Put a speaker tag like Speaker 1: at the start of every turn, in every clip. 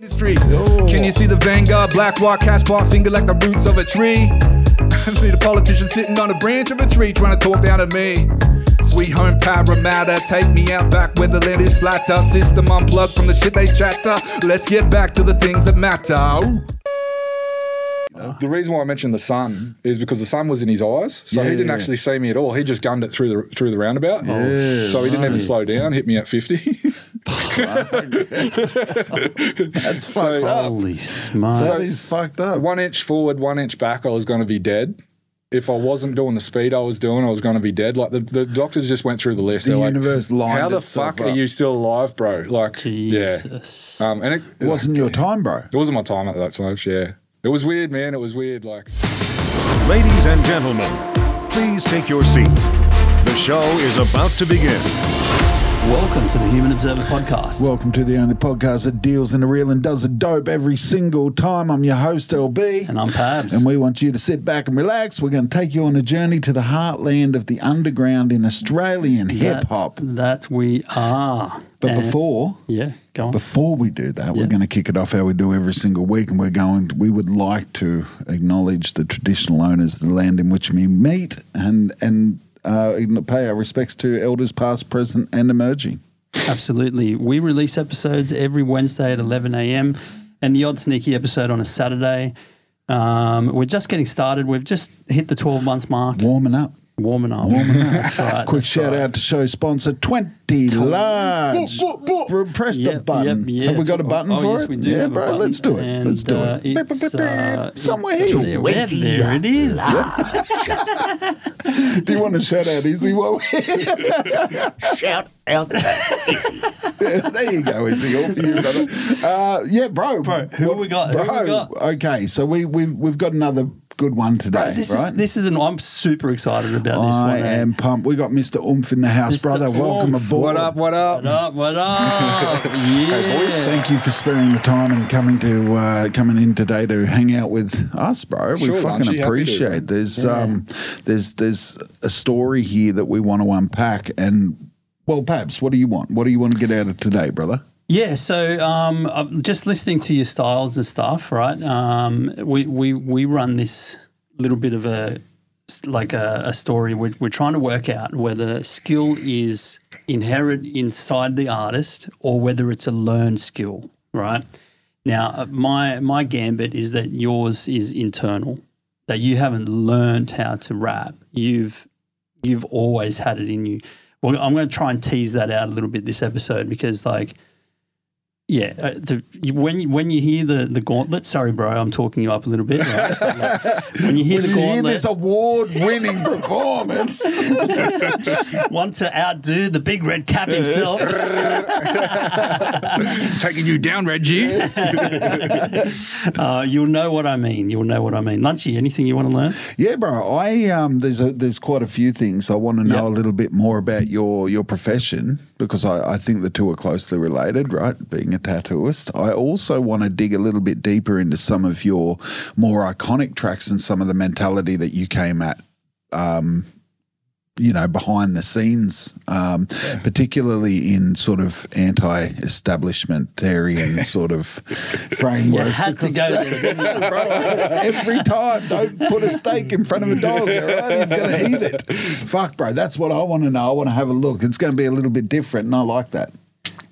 Speaker 1: industry. Can you see the vanguard? Black walk, cash bar, finger like the roots of a tree. See the politician sitting on a branch of a tree trying to talk down to me. Sweet home Parramatta, take me out back where the land is flatter. System unplugged from the shit they chatter. Let's get back to the things that matter. Ooh. The reason why I mentioned the sun is because the sun was in his eyes, so he didn't
Speaker 2: Yeah.
Speaker 1: actually see me at all. He just gunned it through the through the roundabout,
Speaker 2: Yeah,
Speaker 1: so he didn't even
Speaker 2: right.
Speaker 1: slow down. Hit me at fifty.
Speaker 2: That's
Speaker 1: So-
Speaker 2: fucked up.
Speaker 3: Holy smokes.
Speaker 2: that is fucked up.
Speaker 1: one inch forward, one inch back, I was going to be dead. If I wasn't doing the speed I was doing, I was going to be dead. Like the, the doctors just went through the list.
Speaker 2: The
Speaker 1: They're like,
Speaker 2: universe lined
Speaker 1: How the
Speaker 2: itself
Speaker 1: fuck are
Speaker 2: up."
Speaker 1: you still alive, bro? Like,
Speaker 3: Jesus.
Speaker 1: yeah. Um, and it,
Speaker 2: It wasn't your time, bro.
Speaker 1: it wasn't my time at that stage. Yeah, it was weird, man. It was weird. Like,
Speaker 4: Ladies and gentlemen, please take your seats. The show is about to begin.
Speaker 3: Welcome to the Human Observer Podcast.
Speaker 2: Welcome to the only podcast that deals in the real and does the dope every single time. I'm your host, LB.
Speaker 3: and I'm Pabs.
Speaker 2: And we want you to sit back and relax. We're going to take you on a journey to the heartland of the underground in Australian hip
Speaker 3: That-
Speaker 2: hop.
Speaker 3: That we are.
Speaker 2: But
Speaker 3: And-
Speaker 2: before
Speaker 3: Yeah, go on.
Speaker 2: before we do that,
Speaker 3: Yeah.
Speaker 2: we're going to kick it off how we do every single week, and we're going. We would like to acknowledge the traditional owners of the land in which we meet, and and uh, pay our respects to elders past, present, and emerging.
Speaker 3: Absolutely. We release episodes every Wednesday at 11 a.m. and the odd sneaky episode on a Saturday. Um, we're just getting started. We've just hit the 12 month mark.
Speaker 2: Warming up.
Speaker 3: Warming up. Warming up. That's right.
Speaker 2: Quick
Speaker 3: that's
Speaker 2: shout
Speaker 3: right.
Speaker 2: out to show sponsor Twenty Large. Pre- Press the
Speaker 3: Yep,
Speaker 2: button.
Speaker 3: yep, yeah.
Speaker 2: Have we got a button
Speaker 3: Oh,
Speaker 2: for
Speaker 3: yes,
Speaker 2: it?
Speaker 3: we do
Speaker 2: yeah,
Speaker 3: have a
Speaker 2: bro.
Speaker 3: button.
Speaker 2: Let's do it.
Speaker 3: And,
Speaker 2: let's do it.
Speaker 3: uh, it's, uh,
Speaker 2: Somewhere
Speaker 3: it's-
Speaker 2: here.
Speaker 3: There, there, there it is.
Speaker 2: Do you want to shout out Izzy while we're here?
Speaker 5: Shout out.
Speaker 2: there you go, Izzy. All for you, brother. Uh, yeah, bro.
Speaker 3: Bro, who we got? Who
Speaker 2: Bro.
Speaker 3: we got?
Speaker 2: Okay, so we, we, we've got another good one today,
Speaker 3: Bro, this
Speaker 2: right?
Speaker 3: is this is an. I'm super excited about this
Speaker 2: I
Speaker 3: one. eh?
Speaker 2: am pumped. We got Mr. Oomph in the house,
Speaker 3: Mr.
Speaker 2: brother. Welcome
Speaker 3: Oomph.
Speaker 2: aboard.
Speaker 1: what up? What up?
Speaker 3: What up? What up? yeah.
Speaker 2: Thank you for sparing the time and coming to uh, coming in today to hang out with us, bro. We
Speaker 1: Sure,
Speaker 2: fucking
Speaker 1: Lunchy, happy to, man.
Speaker 2: appreciate. There's um, there's there's a story here that we want to unpack. And well, Pabs, what do you want? What do you want to get out of today, brother?
Speaker 3: Yeah, so um, I'm just listening to your styles and stuff, right? Um, we, we we run this little bit of a like a, a story. We're, we're trying to work out whether skill is inherent inside the artist or whether it's a learned skill, right? Now, uh, my my gambit is that yours is internal, that you haven't learned how to rap. You've you've always had it in you. Well, I'm going to try and tease that out a little bit this episode because, like, yeah, uh, the, you- when you- when you hear the the gauntlet, sorry, bro, I'm talking you up a little bit. Right? Like, when you hear the
Speaker 2: You hear
Speaker 3: gauntlet,
Speaker 2: this award-winning performance.
Speaker 3: want to outdo the big red cap himself.
Speaker 1: Taking you down, Reggie.
Speaker 3: uh, you'll know what I mean. You'll know what I mean. Lunchy, anything you want to learn?
Speaker 2: Yeah, bro. I um, there's a, there's quite a few things I want to know
Speaker 3: Yeah.
Speaker 2: a little bit more about your your profession because I, I think the two are closely related, right? Being a tattooist, I also want to dig a little bit deeper into some of your more iconic tracks and some of the mentality that you came at. Um, you know, behind the scenes, um, particularly in sort of anti-establishmentarian sort of
Speaker 3: You
Speaker 2: frameworks.
Speaker 3: had to
Speaker 2: because
Speaker 3: go there. didn't you?
Speaker 2: Bro, every time, don't put a steak in front of a dog. All right, he's going to eat it. Fuck, bro. That's what I want to know. I want to have a look. It's going to be a little bit different, and I like that.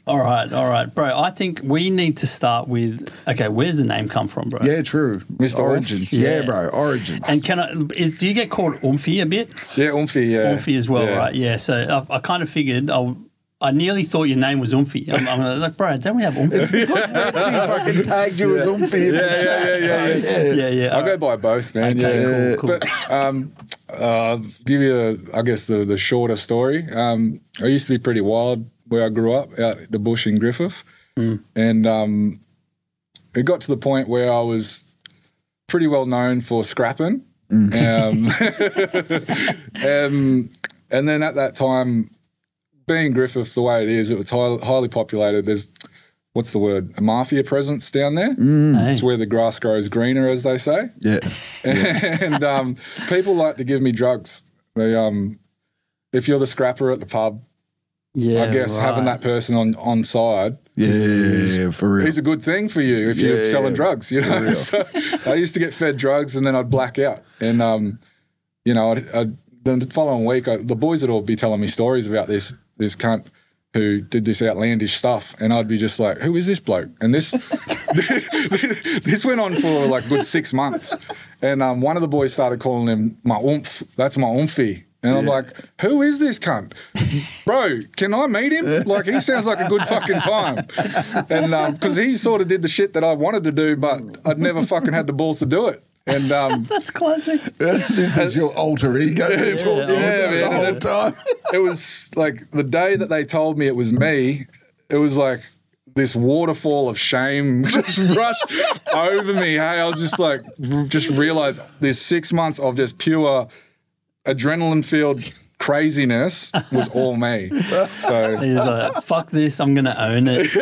Speaker 3: All right, all right, bro. I think we need to start with okay. Where's the name come from, bro?
Speaker 2: Yeah, true.
Speaker 1: Mr.
Speaker 2: Origins. Yeah,
Speaker 3: Yeah.
Speaker 2: bro. Origins.
Speaker 3: And can I? Is, do you get called Umphy a bit?
Speaker 1: Yeah, Umphy. Yeah,
Speaker 3: Umphy as well,
Speaker 1: Yeah.
Speaker 3: right? Yeah. So I, I kind of figured I. I nearly thought your name was Umphy. I'm, I'm like, bro, don't we have Umphy?
Speaker 2: because Richie fucking tagged you as unfair.
Speaker 1: Yeah, yeah, yeah, yeah, yeah.
Speaker 3: yeah, yeah.
Speaker 1: I go by both, man.
Speaker 3: Okay,
Speaker 1: yeah,
Speaker 3: cool, cool.
Speaker 1: But um, uh, give you, the, I guess, the the shorter story. Um, I used to be pretty wild where I grew up, out the bush in Griffith,
Speaker 3: Mm.
Speaker 1: and um, it got to the point where I was pretty well known for scrapping.
Speaker 3: Mm.
Speaker 1: Um, um, and then at that time, being Griffith the way it is, it was highly, highly populated. There's what's the word? A mafia presence down there.
Speaker 3: Hey.
Speaker 1: It's where the grass grows greener, as they say
Speaker 2: Yeah.
Speaker 1: and um, people like to give me drugs. They, um, if you're the scrapper at the pub,
Speaker 3: Yeah,
Speaker 1: I guess having
Speaker 3: right.
Speaker 1: that person on on side
Speaker 2: Yeah, for real.
Speaker 1: is a good thing for you if you're
Speaker 2: Yeah,
Speaker 1: selling
Speaker 2: yeah,
Speaker 1: drugs. You know, so I used to get fed drugs and then I'd black out, and um, you know, I'd, I'd, then the following week I, the boys would all be telling me stories about this this cunt who did this outlandish stuff, and I'd be just like, who is this bloke? And this this went on for like good six months, and um, one of the boys started calling him my oomph. That's my oomphy. And I'm like, who is this cunt? Bro, can I meet him? Like, he sounds like a good fucking time. And because he sort of did the shit that I wanted to do, but I'd never fucking had the balls to do it. And um,
Speaker 3: That's classic.
Speaker 2: this is your alter ego you're talking
Speaker 1: Yeah,
Speaker 2: about
Speaker 1: man.
Speaker 2: the whole time.
Speaker 1: it was like the day that they told me it was me, it was like this waterfall of shame just rushed over me. Hey, I was just like, r- just realized this six months of just pure adrenaline filled craziness was all me. So.
Speaker 3: He's like, fuck this, I'm gonna own it.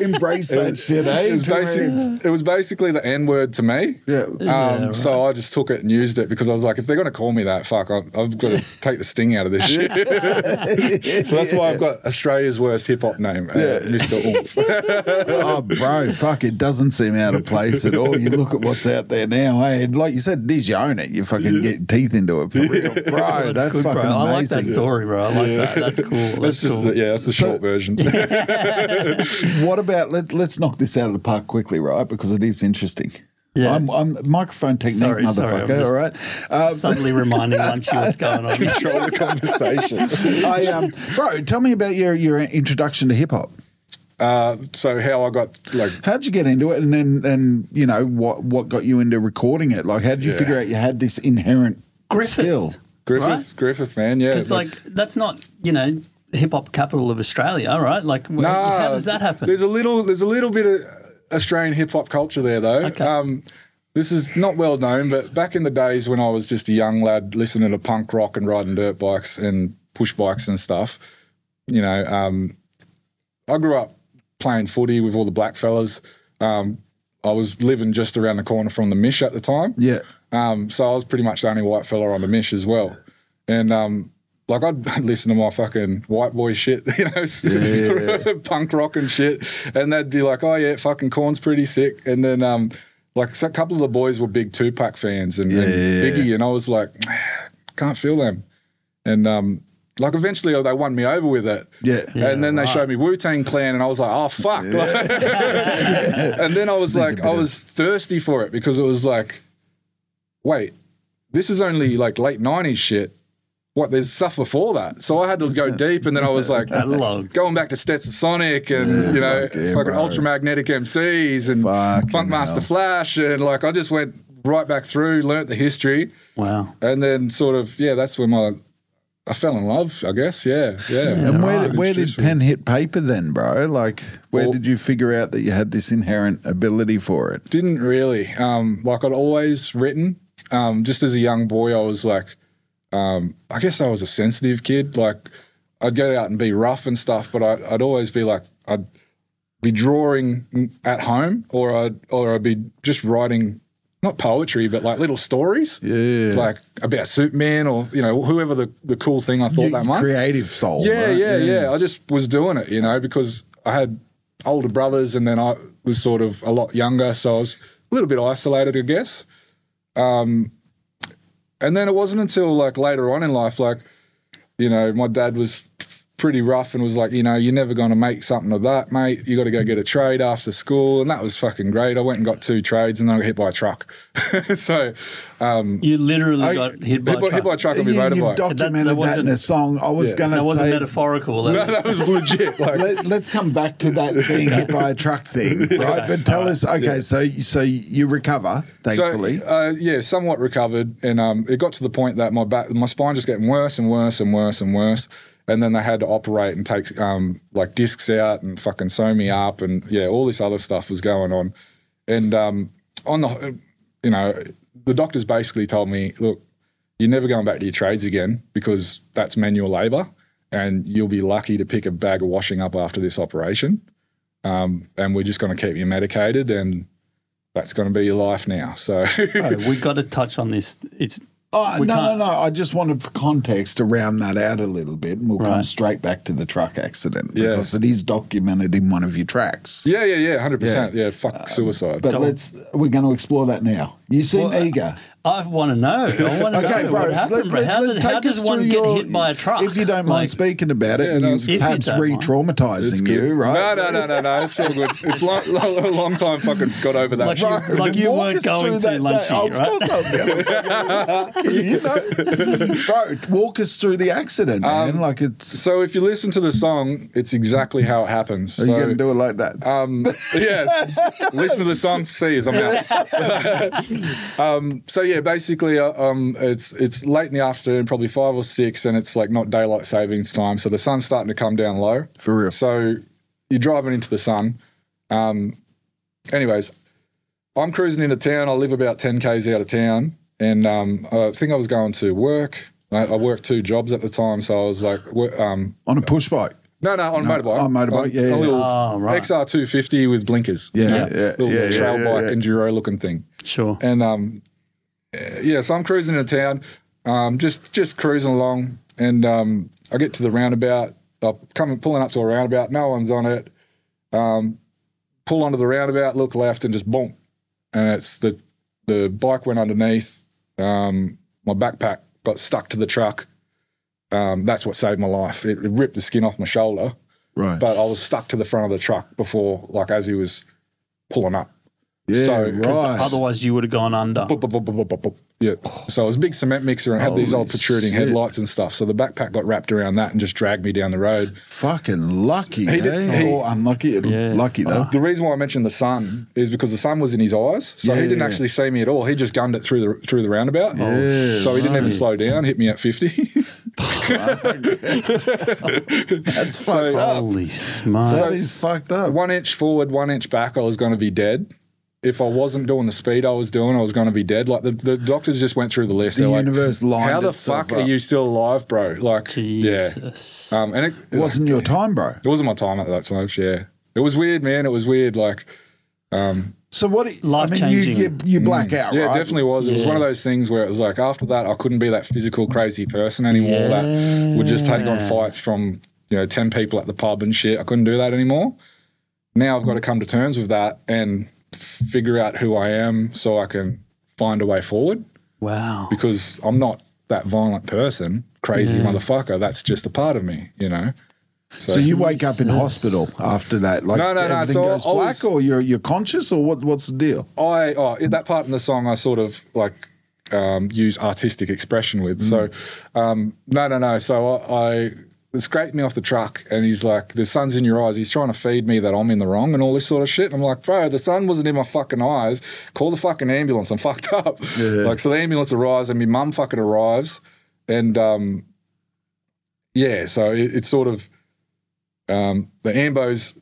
Speaker 2: Embrace that shit, eh?
Speaker 1: It was,
Speaker 2: Terry?
Speaker 1: basic, it was basically the N word to me.
Speaker 2: Yeah.
Speaker 1: Um, So I just took it and used it because I was like, if they're going to call me that, fuck, I've, I've got to take the sting out of this shit. so that's why I've got Australia's worst hip hop name, uh, Mr. Oomph.
Speaker 2: oh, bro, fuck, it doesn't seem out of place at all. You look at what's out there now, eh? And like you said, it is your own it. You fucking get teeth into it for real. Bro, that's,
Speaker 3: good,
Speaker 2: fucking
Speaker 3: bro. I like
Speaker 2: amazing.
Speaker 3: that story, bro. I like that. That's cool.
Speaker 1: that's
Speaker 3: That's
Speaker 1: just,
Speaker 3: cool.
Speaker 1: the- yeah, that's the
Speaker 2: So-
Speaker 1: short version.
Speaker 2: What about, let, let's knock this out of the park quickly, right? Because it is interesting.
Speaker 3: Yeah.
Speaker 2: I'm, I'm microphone technique,
Speaker 3: Sorry, sorry, I'm
Speaker 2: motherfucker,
Speaker 3: just-
Speaker 2: all right? Um,
Speaker 3: Suddenly reminding Lunchy what's going on.
Speaker 1: Control the conversation.
Speaker 2: I, um, bro, tell me about your, your introduction to hip hop.
Speaker 1: Uh, so how I got like
Speaker 2: How'd you get into it, and then and you know what what got you into recording it? Like, how did you figure out you had this inherent
Speaker 3: Griffith.
Speaker 2: skill?
Speaker 1: Griffith,
Speaker 3: Right?
Speaker 1: Griffith, man, yeah.
Speaker 3: Because like that's not you know hip hop capital of Australia, right? Like wh-
Speaker 1: Nah,
Speaker 3: how does that happen?
Speaker 1: There's a little, there's a little bit of Australian hip hop culture there, though.
Speaker 3: Okay.
Speaker 1: Um, this is not well known, but back in the days when I was just a young lad listening to punk rock and riding dirt bikes and push bikes and stuff, you know, um, I grew up playing footy with all the black fellas. Um, I was living just around the corner from the Mish at the time.
Speaker 2: Yeah,
Speaker 1: Um, so I was pretty much the only white fella on the mish as well. And um, like I'd listen to my fucking white boy shit, you know, punk rock and shit. And they'd be like, oh yeah, fucking corn's pretty sick. And then um, like so a couple of the boys were big Tupac fans and, and Biggie. And I was like, can't feel them. And um, like eventually they won me over with it.
Speaker 2: Yeah.
Speaker 1: and then they showed me Wu Tang Clan and I was like, oh fuck. and then I was like, I was thirsty for it because it was like, wait, this is only like late nineties shit. What there's stuff before that, so I had to go deep, and then I was like,
Speaker 3: Catalog.
Speaker 1: going back to Stetson Sonic and you know
Speaker 2: fuck yeah,
Speaker 1: fucking
Speaker 2: bro.
Speaker 1: Ultramagnetic MCs and
Speaker 2: Fucking
Speaker 1: Funkmaster
Speaker 2: hell.
Speaker 1: Flash, and like I just went right back through, learnt the history,
Speaker 3: wow.
Speaker 1: and then sort of yeah, that's when my I fell in love, I guess. Yeah, yeah.
Speaker 2: and where did,
Speaker 1: Good
Speaker 2: where did
Speaker 1: shit for me.
Speaker 2: pen hit paper then, bro? Like, where
Speaker 1: Well-
Speaker 2: did you figure out that you had this inherent ability for it?
Speaker 1: Didn't really. Um, like I'd always written. Um, just as a young boy, I was like, um, I guess I was a sensitive kid. Like I'd go out and be rough and stuff, but I, I'd always be like, I'd be drawing at home, or I'd or I'd be just writing, not poetry, but like little stories,
Speaker 2: Yeah.
Speaker 1: like about Superman or you know whoever the, the cool thing I thought
Speaker 2: You-
Speaker 1: that might.
Speaker 2: creative soul.
Speaker 1: Yeah,
Speaker 2: right?
Speaker 1: yeah, yeah, I just was doing it, you know, because I had older brothers and then I was sort of a lot younger. So I was a little bit isolated, I guess. Um, and then it wasn't until like later on in life, like, you know, my dad was pretty rough and was like, you know, you're never going to make something of that, mate. You got to go get a trade after school. And that was fucking great. I went and got two trades and then I got hit by a truck. so
Speaker 3: You literally got
Speaker 1: hit
Speaker 3: hit by,
Speaker 1: by,
Speaker 3: a truck.
Speaker 1: hit by a truck
Speaker 2: You,
Speaker 1: on my
Speaker 2: you've
Speaker 1: motorbike.
Speaker 2: documented
Speaker 3: that
Speaker 2: that, in
Speaker 3: wasn't-
Speaker 2: a song. I was going to
Speaker 3: That wasn't
Speaker 2: say,
Speaker 3: metaphorical. That was,
Speaker 1: that was legit. Like,
Speaker 2: Let, let's come back to that being hit by a truck thing, right? But tell us, okay, so so you recover, thankfully.
Speaker 1: So, uh, yeah, somewhat recovered, and um, it got to the point that my back, my spine just getting worse and worse and worse and worse, and then they had to operate and take um, like discs out and fucking sew me up, and yeah, all this other stuff was going on, and um, on the, you know, the doctors basically told me, look, you're never going back to your trades again because that's manual labour, and you'll be lucky to pick a bag of washing up after this operation. Um, and we're just going to keep you medicated, and that's going to be your life now. So
Speaker 3: bro, we got to touch on this. It's
Speaker 2: Oh,
Speaker 3: We
Speaker 2: no,
Speaker 3: can't-
Speaker 2: no, no. I just wanted for context to round that out a little bit, and we'll come
Speaker 3: Right.
Speaker 2: straight back to the truck accident
Speaker 1: Yeah.
Speaker 2: because it is documented in one of your tracks.
Speaker 1: Yeah, yeah, yeah, hundred percent.
Speaker 2: Yeah. Um,
Speaker 1: Yeah, fuck suicide.
Speaker 2: But let's we're going to explore that now. You seem eager.
Speaker 3: I want to know. uh, I want to know what happened, bro. how, did, how does one get hit by a truck?
Speaker 2: If you don't mind
Speaker 3: Like,
Speaker 2: speaking about it,
Speaker 1: Yeah, no, it's good.
Speaker 2: and
Speaker 3: If you
Speaker 2: perhaps
Speaker 3: don't mind.
Speaker 2: re-traumatizing you, right?
Speaker 1: No, no, no, no, no. It's all good. It's long, long, long time. Fucking got over that.
Speaker 3: Like
Speaker 1: shit.
Speaker 3: you- like you
Speaker 2: walk
Speaker 3: weren't
Speaker 2: us
Speaker 3: going
Speaker 2: through
Speaker 3: to lunch
Speaker 2: oh,
Speaker 3: yet, right?
Speaker 2: Of course I was going. you know, bro, walk us through the accident, man. like it's.
Speaker 1: so if you listen to the song, it's exactly how it happens.
Speaker 2: Are
Speaker 1: so,
Speaker 2: you going to do it like that?
Speaker 1: Um, yes. Listen to the song. See, as I'm out. um, so yeah, basically, uh, um, it's it's late in the afternoon, probably five or six, and it's like not daylight savings time, so the sun's starting to come down low.
Speaker 2: For real.
Speaker 1: So you're driving into the sun. Um, anyways, I'm cruising into town. I live about 10 Ks out of town. And um, I think I was going to work. I, I worked two jobs at the time. So I was like, wo- um,
Speaker 2: On a push bike.
Speaker 1: no, no, on a motorbike.
Speaker 2: on motorbike, yeah,
Speaker 1: A
Speaker 2: yeah.
Speaker 1: little
Speaker 3: Oh, right.
Speaker 1: XR250 with blinkers.
Speaker 2: Yeah, yeah,
Speaker 1: Little
Speaker 2: yeah, yeah,
Speaker 1: trail
Speaker 2: yeah,
Speaker 1: bike
Speaker 2: yeah.
Speaker 1: enduro looking thing.
Speaker 3: sure.
Speaker 1: And um, uh, yeah, so I'm cruising into town, um, just just cruising along, and um, I get to the roundabout. I'm coming pulling up to a roundabout. No one's on it. Um, pull onto the roundabout, look left, and just boom. And it's the the bike went underneath. Um, my backpack got stuck to the truck. Um, that's what saved my life. It, it ripped the skin off my shoulder,
Speaker 2: Right.
Speaker 1: but I was stuck to the front of the truck before, like as he was pulling up.
Speaker 2: yeah,
Speaker 1: so- 'cause
Speaker 2: right.
Speaker 3: Otherwise, you would have gone under.
Speaker 1: Boop, boop, boop, boop, boop, boop, boop. Yeah. So it was a big cement mixer and it had these
Speaker 2: Holy
Speaker 1: old protruding
Speaker 2: shit.
Speaker 1: headlights and stuff. So the backpack got wrapped around that and just dragged me down the road.
Speaker 2: Fucking lucky,
Speaker 1: He did-
Speaker 2: eh?
Speaker 1: he-
Speaker 2: or unlucky. Lucky, though.
Speaker 1: The reason why I mentioned the sun is because the sun was in his eyes. So
Speaker 2: Yeah,
Speaker 1: he didn't
Speaker 2: yeah,
Speaker 1: actually see me at all. He just gunned it through the through the roundabout. so he didn't even slow down, hit me at 50.
Speaker 2: That's fucked up.
Speaker 3: Holy smart.
Speaker 2: That is fucked up.
Speaker 1: one inch forward, one inch back, I was going to be dead. If I wasn't doing the speed I was doing, I was going to be dead. Like the, the doctors just went through the list.
Speaker 2: The
Speaker 1: They're like,
Speaker 2: universe lined
Speaker 1: How the
Speaker 2: itself
Speaker 1: fuck
Speaker 2: up.
Speaker 1: are you still alive, bro? Like,
Speaker 3: Jesus.
Speaker 1: yeah. Um, and it,
Speaker 2: It wasn't your time, bro.
Speaker 1: It wasn't my time at that time. Yeah, it was weird, man. It was weird. Like,
Speaker 2: So what? it- I mean, you,
Speaker 3: Life-changing.
Speaker 2: you, you black out,
Speaker 1: Mm. yeah, it
Speaker 2: right?
Speaker 1: definitely was. It was one of those things where it was like after that, I couldn't be that physical, crazy person anymore. That would just take on fights from you know ten people at the pub and shit. I couldn't do that anymore. Now I've got to come to terms with that and figure out who I am so I can find a way forward
Speaker 3: Wow.
Speaker 1: because I'm not that violent person, crazy motherfucker. That's just a part of me, you know.
Speaker 2: So you wake up in hospital after that, like
Speaker 1: No, no, no,
Speaker 2: everything
Speaker 1: so
Speaker 2: goes
Speaker 1: I
Speaker 2: black,
Speaker 1: was-
Speaker 2: or you're you're conscious, or what? What's the deal?
Speaker 1: I oh in that part in the song I sort of like um, use artistic expression with. So um, no no no. So I, I scraped me off the truck and he's like, the sun's in your eyes. He's trying to feed me that I'm in the wrong and all this sort of shit. And I'm like, bro, the sun wasn't in my fucking eyes. Call the fucking ambulance. I'm fucked up. Like so the ambulance arrives and my mum fucking arrives and um, yeah, so it, it's sort of um, the ambos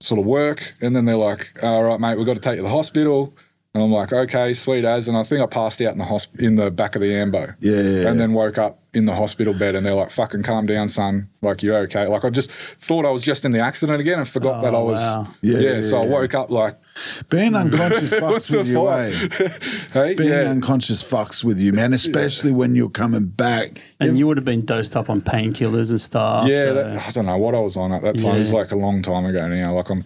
Speaker 1: sort of work, and then they're like, "All right, mate, we've got to take you to the hospital." And I'm like, "Okay, sweet as." And I think I passed out in the hosp- in the back of the ambo,
Speaker 2: Yeah, yeah,
Speaker 1: and then woke up in the hospital bed, and they're like, "Fucking calm down, son. Like you're okay." Like I just thought I was just in the accident again, and forgot that I was.
Speaker 3: wow.
Speaker 2: Yeah,
Speaker 1: Yeah,
Speaker 2: yeah,
Speaker 1: so I
Speaker 2: yeah.
Speaker 1: woke up like,
Speaker 2: Being unconscious
Speaker 1: "What's
Speaker 2: fucks
Speaker 1: the
Speaker 2: with you,
Speaker 1: fight?"
Speaker 2: eh?
Speaker 1: hey,
Speaker 2: Being
Speaker 1: yeah.
Speaker 2: unconscious fucks with you, man. Especially when you're coming back.
Speaker 3: And you would have been dosed up on painkillers and stuff.
Speaker 1: Yeah,
Speaker 3: so-
Speaker 1: that, I don't know what I was on at that time. It was
Speaker 3: Yeah.
Speaker 1: like a long time ago now. Like I'm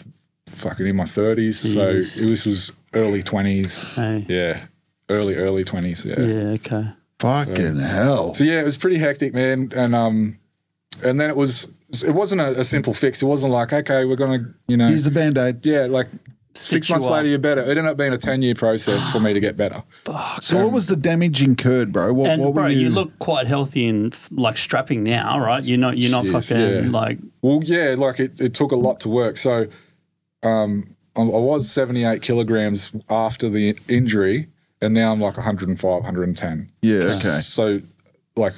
Speaker 1: fucking in my thirties, so
Speaker 3: Jesus.
Speaker 1: it- this was early twenties.
Speaker 3: Hey.
Speaker 1: Yeah, early early twenties. Yeah.
Speaker 3: yeah, okay.
Speaker 2: Fucking hell.
Speaker 1: So yeah, it was pretty hectic, man. And um, and then it was it wasn't a, a simple fix. It wasn't like okay, we're gonna you know
Speaker 2: Here's a band aid.
Speaker 1: yeah like six
Speaker 3: Stitch you
Speaker 1: months
Speaker 3: up.
Speaker 1: later you're better. It ended up being a ten year process for me to get better.
Speaker 2: So what was the damage incurred, bro? What,
Speaker 3: And
Speaker 2: what
Speaker 3: bro,
Speaker 2: were
Speaker 3: you?
Speaker 2: you?
Speaker 3: look quite healthy and f- like strapping now, right? You're not. You're not
Speaker 1: Jeez,
Speaker 3: fucking
Speaker 1: yeah.
Speaker 3: like.
Speaker 1: Well, yeah, like it, it took a lot to work. So um, I I was 78 kilograms after the injury, and now I'm like 105, 110.
Speaker 2: yeah, okay.
Speaker 1: So, like,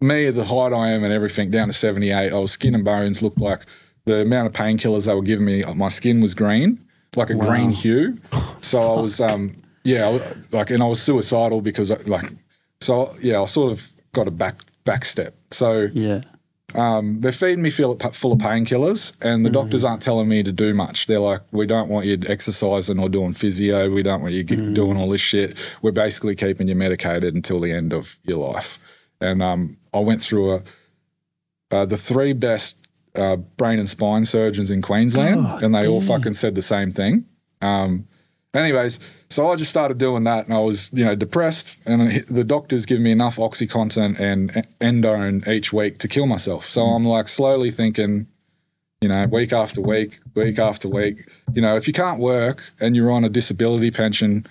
Speaker 1: me, the height I am and everything down to 78, I was skin and bones, looked like the amount of painkillers they were giving me, my skin was green, like a green hue. So I was, um, yeah, I was- like, and I was suicidal because, like, so yeah, I sort of got a back back step. So
Speaker 3: Yeah.
Speaker 1: um, they're feeding me full of, full of painkillers, and the doctors aren't telling me to do much. They're like, we don't want you exercising or doing physio. We don't want you get, doing all this shit. We're basically keeping you medicated until the end of your life. And um, I went through a, uh, the three best uh, brain and spine surgeons in Queensland, and they all fucking said the same thing. Um, anyways, so I just started doing that, and I was, you know, depressed. And it- the doctors give me enough OxyContin and e- Endone each week to kill myself. So I'm like slowly thinking, you know, week after week, week after week. You know, if you can't work and you're on a disability pension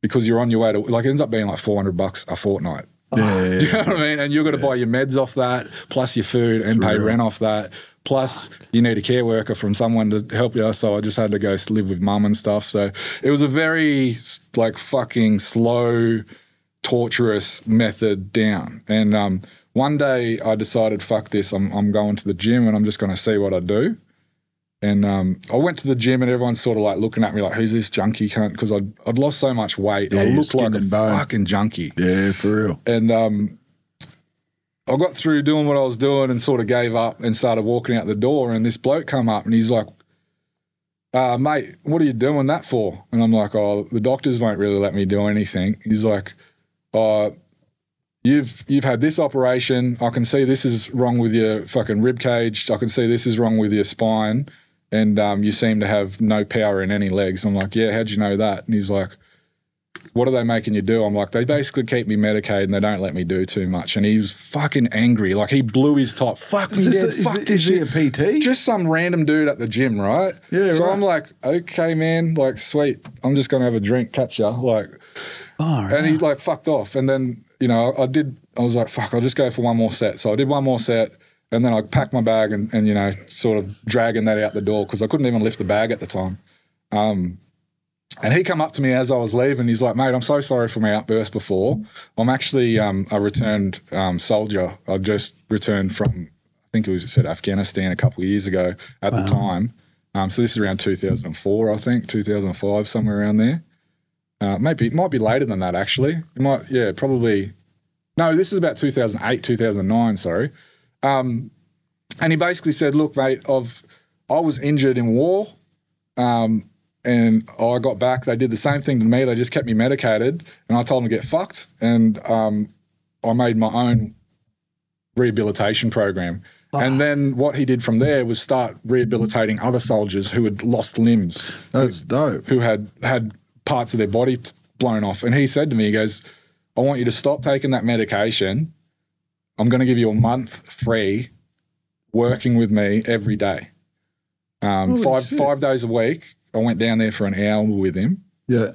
Speaker 1: because you're on your way to, like, it ends up being like 400 bucks a fortnight.
Speaker 2: Yeah, yeah,
Speaker 1: Do you know what I mean? And you've got to buy your meds off that, plus your food, and pay rent off that. Plus, you need a care worker from someone to help you. So I just had to go s- live with mum and stuff. So it was a very s- like fucking slow, torturous method down. And um, one day I decided, fuck this. I'm I'm going to the gym and I'm just going to see what I do. And um, I went to the gym and everyone's sort of like looking at me like, who's this junkie cunt? Because I'd, I'd lost so much weight. I
Speaker 2: you're
Speaker 1: looked like
Speaker 2: skin
Speaker 1: a
Speaker 2: and bone.
Speaker 1: fucking junkie
Speaker 2: yeah. Yeah, for real.
Speaker 1: and um, I got through doing what I was doing and sort of gave up and started walking out the door. And this bloke come up and he's like, uh, "Mate, what are you doing that for?" And I'm like, "Oh, the doctors won't really let me do anything." He's like, "Uh, you've you've had this operation. I can see this is wrong with your fucking rib cage. I can see this is wrong with your spine, and um, you seem to have no power in any legs." I'm like, "Yeah, how'd you know that?" And he's like what are they making you do? I'm like, they basically keep me medicated and they don't let me do too much. And he was fucking angry. Like he blew his top. Fuck me,
Speaker 2: Is, this
Speaker 1: Dad,
Speaker 2: a, is,
Speaker 1: fuck
Speaker 2: it-
Speaker 1: this
Speaker 2: is he
Speaker 1: shit.
Speaker 2: a PT?
Speaker 1: Just some random dude at the gym, right?
Speaker 2: Yeah,
Speaker 1: So
Speaker 2: right.
Speaker 1: I'm like, okay, man, like sweet. I'm just gonna have a drink, catch ya. Like and he like fucked off. And then, you know, I did I was like, fuck, I'll just go for one more set. So I did one more set and then I packed my bag and, and you know, sort of dragging that out the door because I couldn't even lift the bag at the time. Um, And he come up to me as I was leaving. He's like, "Mate, I'm so sorry for my outburst before. I'm actually um, a returned um, soldier. I just returned from, I think it was it said Afghanistan a couple of years ago at the time. Um, so this is around 2004, I think, 2005, somewhere around there. Uh, maybe it might be later than that actually. It might, yeah, probably. No, this is about 2008, 2009. Sorry. Um, and he basically said, "Look, mate, I've I was injured in war um, and I got back. They did the same thing to me. They just kept me medicated, and I told them to get fucked. And um, I made my own rehabilitation program. And then what he did from there was start rehabilitating other soldiers who had lost limbs
Speaker 2: That's dope.
Speaker 1: who had had parts of their body t- blown off. And he said to me, he goes, I want you to stop taking that medication. I'm going to give you a month free working with me every day. Um, five, five days a week. I went down there for an hour with him
Speaker 2: Yeah.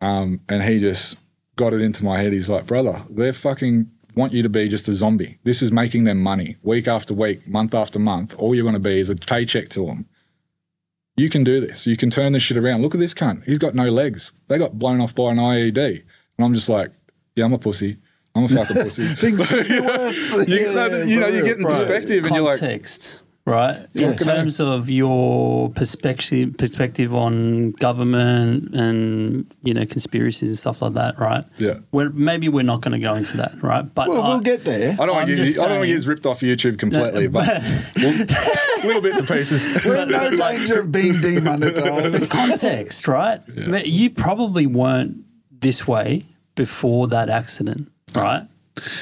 Speaker 1: um, and he just got it into my head. He's like, brother, they fucking want you to be just a zombie. This is making them money week after week, month after month. All you're going to be is a paycheck to them. You can do this. You can turn this shit around. Look at this cunt. He's got no legs. They got blown off by an IED. And I'm just like, yeah, I'm a pussy. I'm a fucking pussy.
Speaker 2: Things get worse.
Speaker 1: You, no,
Speaker 2: Yeah,
Speaker 1: you know,
Speaker 2: for
Speaker 1: you
Speaker 2: real,
Speaker 1: get in
Speaker 2: bro.
Speaker 1: perspective and you're like,
Speaker 3: context, right? In terms of your perspective perspective on government and you know conspiracies and stuff like that, right?
Speaker 1: Yeah.
Speaker 3: We're, maybe we're not going to go into that, right? But
Speaker 2: Well,
Speaker 3: I-
Speaker 2: we'll get there.
Speaker 1: I don't
Speaker 3: I'm
Speaker 1: want you.
Speaker 3: just
Speaker 1: I don't want
Speaker 3: saying-
Speaker 1: you ripped off YouTube completely, but well, little bits and pieces.
Speaker 2: We're in no danger of being demonetized.
Speaker 3: context, right? But You probably weren't this way before that accident, right?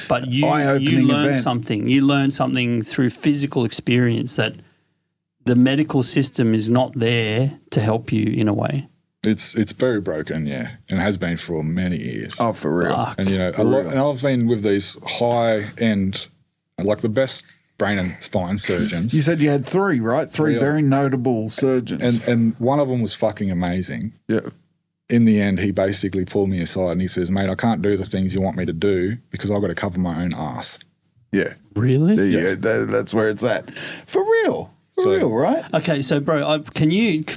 Speaker 3: But you you
Speaker 2: Eye-opening
Speaker 3: learn
Speaker 2: event.
Speaker 3: something. You learn something through physical experience that the medical system is not there to help you in a way.
Speaker 1: It's it's very broken, yeah, and has been for many years.
Speaker 2: oh, for real.
Speaker 1: and you know, a lot, and I've been with these high end, like the best brain and spine surgeons,
Speaker 2: You said you had three, right? Three
Speaker 1: Real.
Speaker 2: very notable surgeons.
Speaker 1: and and one of them was fucking amazing.
Speaker 2: yeah.
Speaker 1: In the end, he basically pulled me aside and he says, "Mate, I can't do the things you want me to do because I've got to cover my own ass."
Speaker 2: Yeah.
Speaker 3: Really?
Speaker 2: There you go. That, that's where it's at. For real. For
Speaker 1: So-
Speaker 2: real, right?
Speaker 3: Okay, so bro, I, can you?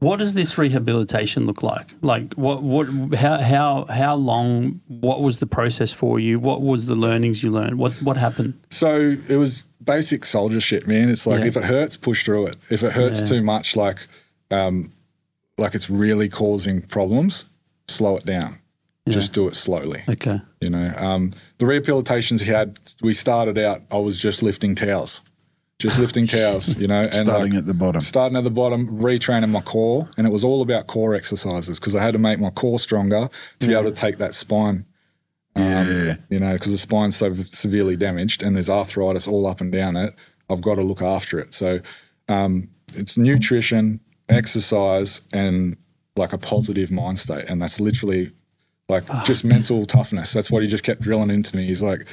Speaker 3: What does this rehabilitation look like? Like, what, what, how, how, how long? What was the process for you? What was the learnings you learned? What, what happened?
Speaker 1: So it was basic soldier shit, man. It's like
Speaker 3: Yeah.
Speaker 1: if it hurts, push through it. If it hurts too much, like um, like it's really causing problems, slow it down. Just do it slowly.
Speaker 3: Okay.
Speaker 1: You know, um, the rehabilitations he had, we started out, I was just lifting towels, just lifting towels, you know, and
Speaker 2: Starting
Speaker 1: like,
Speaker 2: at the bottom.
Speaker 1: starting at the bottom, retraining my core. And it was all about core exercises because I had to make my core stronger to be able to take that spine,
Speaker 2: yeah.
Speaker 1: you know, because the spine's so severely damaged and there's arthritis all up and down it. I've got to look after it. So um, it's nutrition, exercise, and like a positive mind state. And that's literally like just mental toughness. That's what he just kept drilling into me. He's like,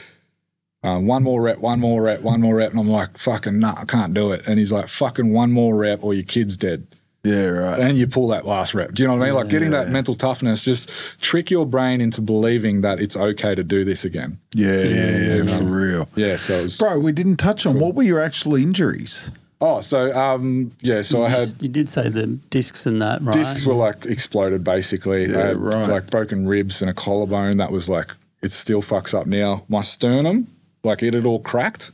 Speaker 1: uh, one more rep, one more rep, one more rep. And I'm like, fucking, nah, I can't do it. And he's like, fucking one more rep or your kid's dead
Speaker 2: Yeah, right.
Speaker 1: and you pull that last rep. Do you know what I mean? Like getting that mental toughness, just trick your brain into believing that it's okay to do this again.
Speaker 2: Yeah, yeah, yeah, for real.
Speaker 1: Yeah. So it was,
Speaker 2: Bro, we didn't touch on what were your actual injuries?
Speaker 1: oh, so um, yeah. So I
Speaker 3: you,
Speaker 1: had
Speaker 3: s- you did say the discs and that, right?
Speaker 1: discs were like exploded basically. I had,
Speaker 2: right.
Speaker 1: Like broken ribs and a collarbone. That was like it still fucks up now. My sternum, like it had all cracked.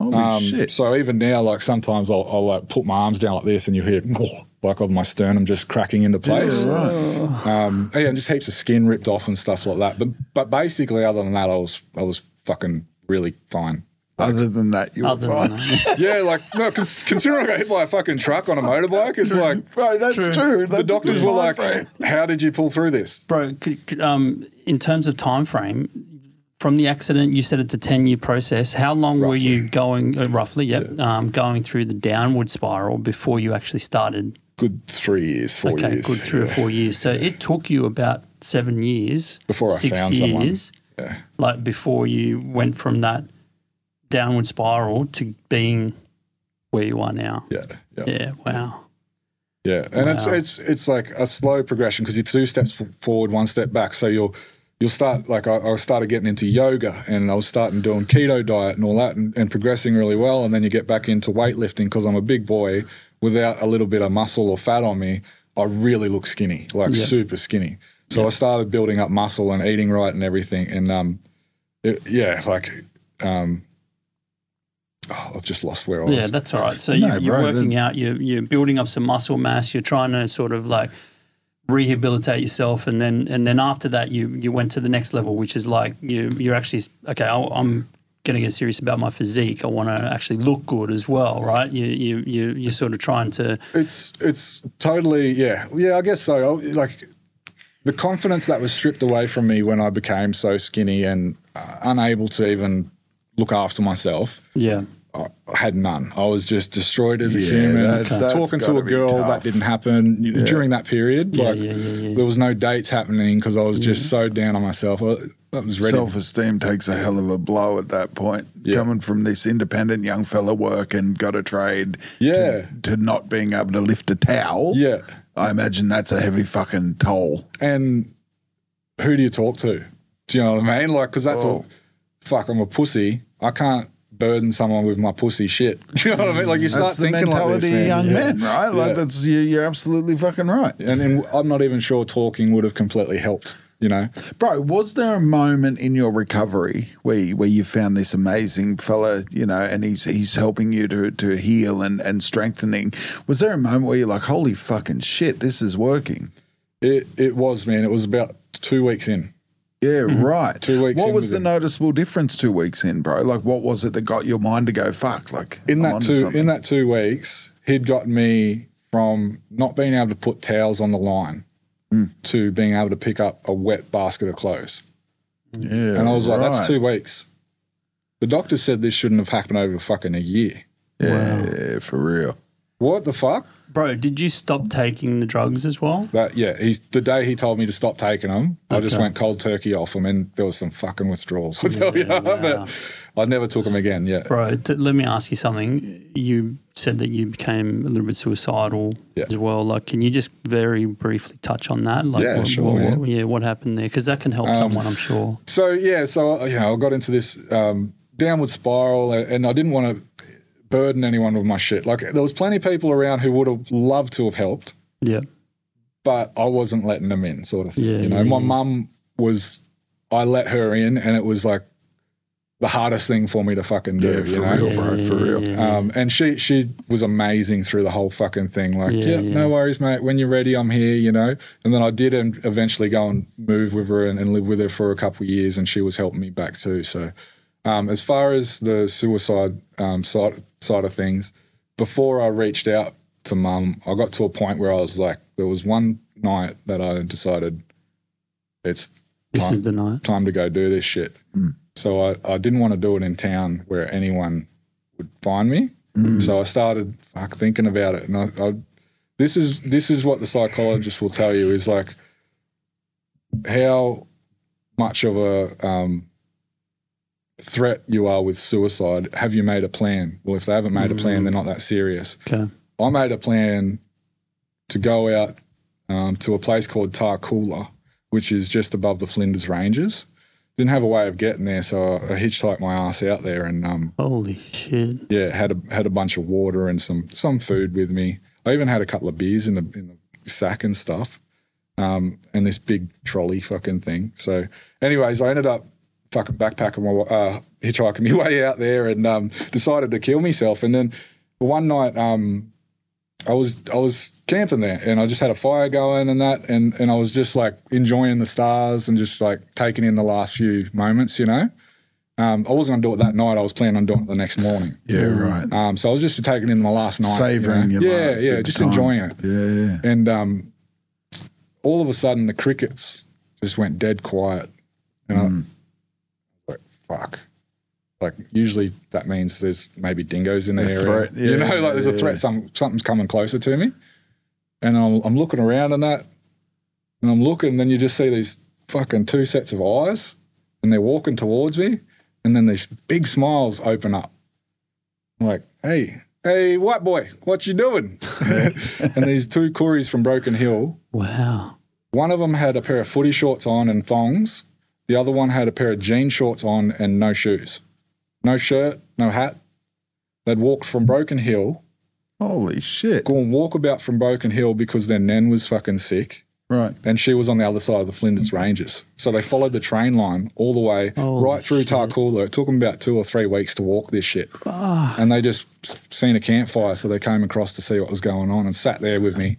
Speaker 2: Holy
Speaker 1: Um,
Speaker 2: shit.
Speaker 1: So even now, like sometimes I'll, I'll like put my arms down like this, and you hear like of my sternum just cracking into place.
Speaker 2: Yeah, right.
Speaker 1: Um, yeah, and just heaps of skin ripped off and stuff like that. But but basically, other than that, I was I was fucking really fine.
Speaker 2: Other than that, you were
Speaker 3: Other than
Speaker 2: fine.
Speaker 3: that.
Speaker 1: Yeah, like no, cons- considering I got hit by a fucking truck on a motorbike, it's like
Speaker 2: Bro, that's true. That's
Speaker 1: the
Speaker 2: a
Speaker 1: doctors
Speaker 2: good
Speaker 1: were
Speaker 2: time
Speaker 1: like,
Speaker 2: frame.
Speaker 1: "How did you pull through this?"
Speaker 3: Bro, c- c- um, in terms of time frame, from the accident, you said it's a ten-year process. How long were you going uh, roughly? Yep, Um, going through the downward spiral before you actually started.
Speaker 1: Good three years, four
Speaker 3: okay,
Speaker 1: years.
Speaker 3: good three or four years. So it took you about seven years
Speaker 1: Before I
Speaker 3: six
Speaker 1: found someone.
Speaker 3: years, like before you went from that downward spiral to being where you are now.
Speaker 1: Yeah, yeah,
Speaker 3: Yeah, wow.
Speaker 1: yeah. And it's it's it's like a slow progression because you're two steps f- forward, one step back. So you'll you'll start like I, I started getting into yoga and I was starting doing keto diet and all that and, and progressing really well. And then you get back into weightlifting because I'm a big boy without a little bit of muscle or fat on me. I really look skinny, like super skinny. So I started building up muscle and eating right and everything. And um, it, yeah, like um, oh, I've just lost where I was.
Speaker 3: Yeah, that's all right. So
Speaker 2: No,
Speaker 3: you, you're
Speaker 2: bro,
Speaker 3: working
Speaker 2: then-
Speaker 3: out, you're, you're building up some muscle mass, you're trying to sort of like rehabilitate yourself, and then and then after that, you you went to the next level, which is like you you're actually s- okay. I, I'm going to get serious about my physique. I want to actually look good as well, right? You you you you're sort of trying to
Speaker 1: It's it's totally yeah yeah I guess so I, like the confidence that was stripped away from me when I became so skinny and uh, unable to even look after myself
Speaker 3: yeah.
Speaker 1: I I had none I was just destroyed as a
Speaker 2: Yeah,
Speaker 1: human
Speaker 2: that- that's
Speaker 1: talking to
Speaker 2: gotta
Speaker 1: a
Speaker 2: be
Speaker 1: girl
Speaker 2: tough.
Speaker 1: that didn't happen during that period like
Speaker 3: yeah, yeah, yeah.
Speaker 1: there was no dates happening because I was just so down on myself I, I was ready
Speaker 2: Self esteem takes a hell of a blow at that point. Coming from this independent young fella working, got a trade,
Speaker 1: Yeah.
Speaker 2: to, to not being able to lift a towel.
Speaker 1: yeah
Speaker 2: I imagine that's a heavy fucking toll.
Speaker 1: and who do you talk to? Do you know what I mean? Like, because that's
Speaker 2: Oh.
Speaker 1: all. Fuck, I'm a pussy. I can't burden someone with my pussy shit. Do you know what I mean? Like, you start
Speaker 2: That's the
Speaker 1: thinking like
Speaker 2: mentality
Speaker 1: this,
Speaker 2: of
Speaker 1: man.
Speaker 2: young
Speaker 1: Yeah.
Speaker 2: men, right? Like
Speaker 1: Yeah.
Speaker 2: that's you, you're absolutely fucking right,
Speaker 1: And, and I'm not even sure talking would have completely helped. You know?
Speaker 2: bro. Was there a moment in your recovery where you, where you found this amazing fella, you know, and he's he's helping you to to heal and and strengthening? Was there a moment where you're like, holy fucking shit, this is working?
Speaker 1: It it was man. It was about two weeks in.
Speaker 2: Yeah, right.
Speaker 1: Mm-hmm. Two weeks
Speaker 2: What
Speaker 1: in
Speaker 2: was
Speaker 1: with
Speaker 2: the
Speaker 1: him.
Speaker 2: noticeable difference two weeks in, bro? Like, what was it that got your mind to go fuck? Like,
Speaker 1: In
Speaker 2: I'm
Speaker 1: that
Speaker 2: onto
Speaker 1: two
Speaker 2: something.
Speaker 1: in that two weeks, he'd gotten me from not being able to put towels on the line
Speaker 2: Hmm.
Speaker 1: to being able to pick up a wet basket of clothes.
Speaker 2: yeah,
Speaker 1: And I was like,
Speaker 2: right.
Speaker 1: that's two weeks. The doctor said this shouldn't have happened over fucking a year.
Speaker 2: Yeah, for real.
Speaker 1: What the fuck?
Speaker 3: Bro, did you stop taking the drugs as well?
Speaker 1: But yeah, he's the day he told me to stop taking them, I just
Speaker 3: Okay.
Speaker 1: went cold turkey off them, and there was some fucking withdrawals. I tell you, but I never took them again. Yeah,
Speaker 3: Bro, t- let me ask you something. You said that you became a little bit suicidal
Speaker 1: Yeah.
Speaker 3: as well. Like, can you just very briefly touch on that? Like,
Speaker 1: Yeah,
Speaker 3: what,
Speaker 1: sure,
Speaker 3: what,
Speaker 1: yeah.
Speaker 3: what- yeah, what happened there? Because that can
Speaker 2: Um,
Speaker 3: help someone, I'm sure.
Speaker 1: So yeah, so uh, you know, I got into this um, downward spiral, a- and I didn't want to burden anyone with my shit. Like there was plenty of people around who would have loved to have helped,
Speaker 3: Yeah,
Speaker 1: but I wasn't letting them in, sort of thing.
Speaker 3: Yeah,
Speaker 1: you know,
Speaker 3: yeah,
Speaker 1: my
Speaker 3: yeah.
Speaker 1: mum was, I let her in, and it was like, the hardest thing for me to fucking do.
Speaker 2: Yeah,
Speaker 1: you
Speaker 2: for
Speaker 1: know?
Speaker 2: real, bro. For real.
Speaker 1: Um, and she she was amazing through the whole fucking thing. Like, yeah, no worries, mate. When you're ready, I'm here. You know. And then I did, and eventually go and move with her and, and live with her for a couple of years, and she was helping me back too. So, um, as far as the suicide um, side side of things, before I reached out to mum, I got to a point where I was like, there was one night that I decided it's
Speaker 3: This
Speaker 1: time,
Speaker 3: is the night.
Speaker 1: time to go do this shit. So I, I didn't want to do it in town where anyone would find me.
Speaker 2: Mm.
Speaker 1: So I started fuck, thinking about it, and I, I, this is this is what the psychologist will tell you is like how much of a um, threat you are with suicide. Have you made a plan? Well, if they haven't made a plan, they're not that serious.
Speaker 3: Okay.
Speaker 1: I made a plan to go out um, to a place called Tarcoola, which is just above the Flinders Ranges. Didn't have a way of getting there, so I hitchhiked my ass out there and um,
Speaker 3: Holy shit.
Speaker 1: yeah, had a had a bunch of water and some some food with me. I even had a couple of beers in the in the sack and stuff, um, and this big trolley fucking thing. So, anyways, I ended up fucking backpacking my wa- uh, hitchhiking my way out there and um, decided to kill myself. And then one night, um, I was I was camping there and I just had a fire going and that and and I was just like enjoying the stars and just like taking in the last few moments, you know. Um, I wasn't gonna do it that night. I was planning on doing it the next morning.
Speaker 2: Yeah, right.
Speaker 1: Um, so I was just taking in my last night, you
Speaker 2: Savoring
Speaker 1: know?
Speaker 2: your
Speaker 1: yeah,
Speaker 2: life
Speaker 1: yeah,
Speaker 2: at
Speaker 1: just
Speaker 2: the time.
Speaker 1: enjoying it.
Speaker 2: Yeah, yeah.
Speaker 1: And um, all of a sudden, the crickets just went dead quiet. And
Speaker 2: Mm.
Speaker 1: I was like, fuck. Like, usually that means there's maybe dingoes in the
Speaker 2: A
Speaker 1: area.
Speaker 2: threat, yeah,
Speaker 1: you know, like there's a
Speaker 2: yeah,
Speaker 1: threat,
Speaker 2: yeah.
Speaker 1: some, something's coming closer to me. And I'm, I'm looking around and that, and I'm looking, and then you just see these fucking two sets of eyes, and they're walking towards me, and then these big smiles open up. I'm like, hey, hey, white boy, what you doing? and these two Coreys from Broken Hill,
Speaker 3: Wow.
Speaker 1: one of them had a pair of footy shorts on and thongs. The other one had a pair of jean shorts on and no shoes, no shirt, no hat. They'd walked from Broken Hill,
Speaker 2: Holy shit.
Speaker 1: gone walk about from Broken Hill because their nan was fucking sick,
Speaker 2: Right.
Speaker 1: and she was on the other side of the Flinders Ranges. So they followed the train line all the way
Speaker 3: Holy
Speaker 1: right through
Speaker 3: shit.
Speaker 1: Tarcoola. It took them about two or three weeks to walk this shit, and they just s- seen a campfire, so they came across to see what was going on and sat there with me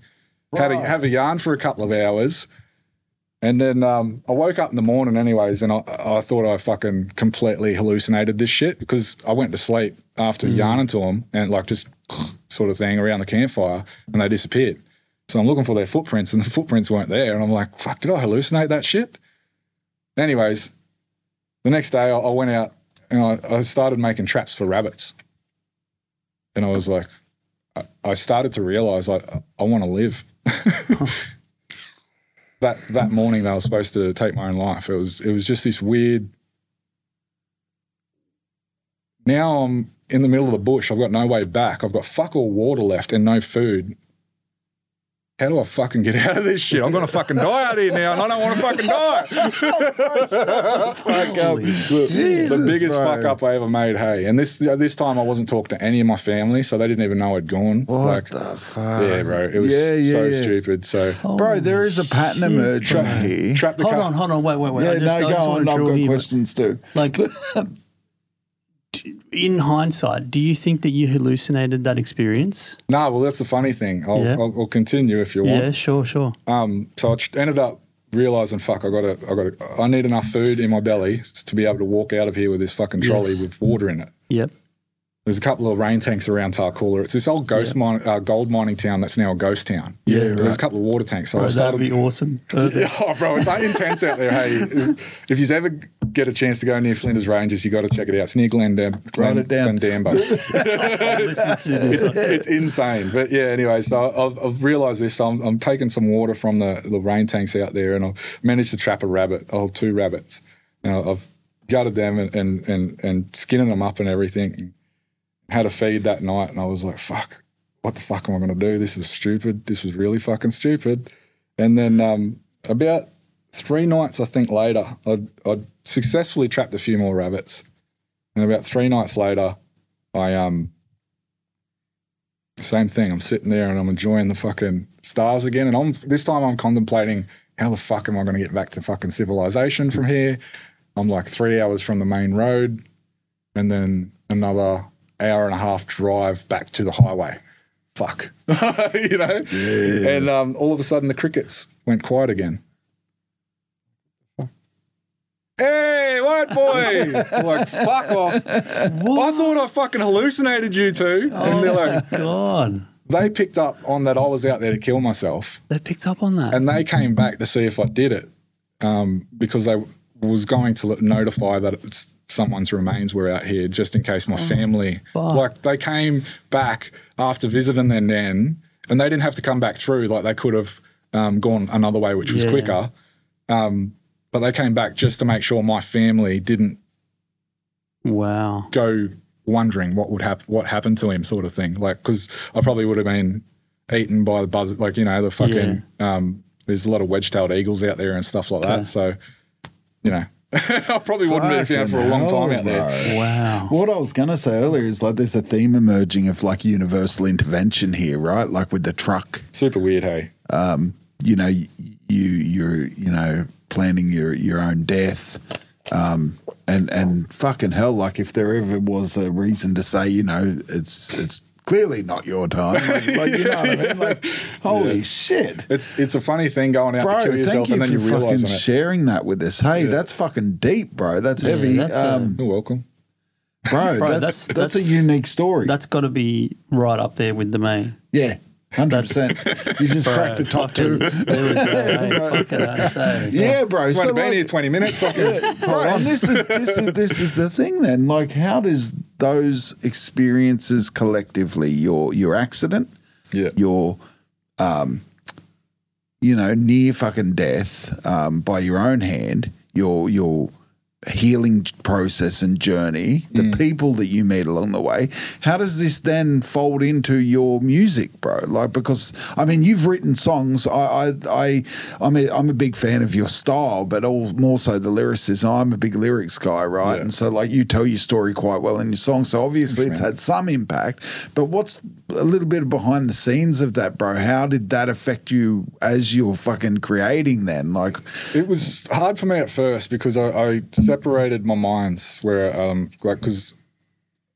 Speaker 1: had a, have a yarn for a couple of hours. And then um, I woke up in the morning, anyways, and I, I thought I fucking completely hallucinated this shit because I went to sleep after yarning to them and like just sort of thing around the campfire and they disappeared. So I'm looking for their footprints and the footprints weren't there. And I'm like, fuck, did I hallucinate that shit? Anyways, the next day I, I went out and I, I started making traps for rabbits. And I was like, I started to realize I I want to live. that that morning that I was supposed to take my own life. It was it was just this weird. Now I'm in the middle of the bush. I've got no way back. I've got fuck all water left and no food. How do I fucking get out of this shit? I'm gonna fucking die out here now, and I don't want to fucking die. the biggest fuck up I ever made. Hey, and this this time I wasn't talking to any of my family, so they didn't even know I'd gone.
Speaker 2: What
Speaker 1: Like,
Speaker 2: the fuck?
Speaker 1: yeah, bro. It was
Speaker 2: Um, Yeah, yeah,
Speaker 1: so
Speaker 2: yeah.
Speaker 1: stupid. So
Speaker 2: Bro, there is a pattern emerging here.
Speaker 1: trap the
Speaker 3: Hold
Speaker 1: car.
Speaker 3: on, hold on, wait, wait, wait.
Speaker 2: yeah,
Speaker 3: I just,
Speaker 2: no,
Speaker 3: I
Speaker 2: go
Speaker 3: just
Speaker 2: on.
Speaker 3: want to
Speaker 2: I've
Speaker 3: drill
Speaker 2: got
Speaker 3: here.
Speaker 2: questions too.
Speaker 3: Like, in hindsight, do you think that you hallucinated that experience?
Speaker 1: Nah, well, that's the funny thing. I'll,
Speaker 3: Yeah.
Speaker 1: I'll, I'll continue if you want.
Speaker 3: Yeah, sure, sure.
Speaker 1: Um, so I ch- ended up realizing, fuck, I got to, I got to, I need enough food in my belly to be able to walk out of here with this fucking trolley
Speaker 3: Yes.
Speaker 1: with water in it.
Speaker 3: Yep.
Speaker 1: There's a couple of rain tanks around Tarcoola. It's this old ghost mine, uh, gold mining town that's now a ghost town. Yeah, there's a couple of water tanks. So I
Speaker 3: Bro, that'd
Speaker 1: started
Speaker 3: be awesome. Perfect.
Speaker 1: Oh, bro, it's intense out there. Hey, if you ever get a chance to go near Flinders Ranges, you got to check it out. It's near Glendam.
Speaker 2: Write it down.
Speaker 1: Glendambo.
Speaker 3: Listen to this.
Speaker 1: it's insane. But yeah, anyway, so I've, I've realised this. So I'm, I'm taking some water from the, the rain tanks out there, and I've managed to trap a rabbit. I hold two rabbits. Now I've gutted them and and and, and skinning them up and everything. Had a feed that night, and I was like, "Fuck, what the fuck am I going to do? This was stupid. This was really fucking stupid." And then um, about three nights, I think later, I'd, I'd successfully trapped a few more rabbits, and about three nights later, I um same thing. I'm sitting there and I'm enjoying the fucking stars again. And I'm this time I'm contemplating how the fuck am I going to get back to fucking civilization from here? I'm like three hours from the main road. and then another hour and a half drive back to the highway. Fuck, you know. And um, all of a sudden, the crickets went quiet again. Hey, white boy! like, fuck off. I thought I fucking hallucinated you two. and they're like,
Speaker 3: God,
Speaker 1: they picked up on that I was out there to kill myself,
Speaker 3: they picked up on that.
Speaker 1: and they came back to see if I did it, um, because they was going to let- notify that it's someone's remains were out here, just in case my family. Like they came back after visiting their nan, and they didn't have to come back through. Like they could have um, gone another way, which was
Speaker 3: Yeah, yeah.
Speaker 1: quicker. Um, but they came back just to make sure my family didn't
Speaker 3: wow.
Speaker 1: go wondering what would happen, what happened to him, sort of thing. Like, because I probably would have been eaten by the buzz, like you know, the fucking. Um, there's a lot of wedge-tailed eagles out there and stuff like that. So, you know, I probably wouldn't be found for a long
Speaker 2: Fucking
Speaker 1: time out there.
Speaker 2: hell, bro.
Speaker 3: Wow.
Speaker 2: What I was going to say earlier is like there's a theme emerging of like universal intervention here, right? Like with the truck,
Speaker 1: Super weird, hey.
Speaker 2: you know, you you're you know planning your your own death, um, and and fucking hell, like if there ever was a reason to say, you know, it's it's clearly not your time, like, like, you know what I mean? Like, holy shit.
Speaker 1: It's it's a funny thing going out
Speaker 2: Bro,
Speaker 1: to kill
Speaker 2: thank
Speaker 1: yourself
Speaker 2: you
Speaker 1: and
Speaker 2: for
Speaker 1: then you
Speaker 2: fucking
Speaker 1: realize on it.
Speaker 2: sharing that with us. Hey, that's fucking deep, bro. That's heavy,
Speaker 3: that's a-
Speaker 2: um,
Speaker 1: You're welcome.
Speaker 2: bro.
Speaker 3: Bro,
Speaker 2: that's,
Speaker 3: that's-
Speaker 2: that's a
Speaker 3: that's-
Speaker 2: unique story.
Speaker 3: That's got to be right up there with the main.
Speaker 2: Yeah, hundred percent. You just cracked the top two.
Speaker 3: Fucking- There we go. Hey, fuck it, I say.
Speaker 2: Yeah, bro.
Speaker 1: Right,
Speaker 2: So
Speaker 1: been here
Speaker 2: like,
Speaker 1: twenty minutes. Fucking
Speaker 2: bro, and this is this is this is the thing. Then, like, how does those experiences collectively your your accident,
Speaker 1: yeah.
Speaker 2: your um, you know, near fucking death um, by your own hand, your your healing j- process and journey, the people that you meet along the way, how does this then fold into your music, bro? Like because I mean you've written songs. I I, I I'm a I'm a big fan of your style, but all more so the lyricism. I'm a big lyrics guy, right? And so like you tell your story quite well in your song. So obviously it's had some impact. But what's a little bit behind the scenes of that, bro? How did that affect you as you're fucking creating then? Like
Speaker 1: It was hard for me at first because I, I separated my minds where, um, like, because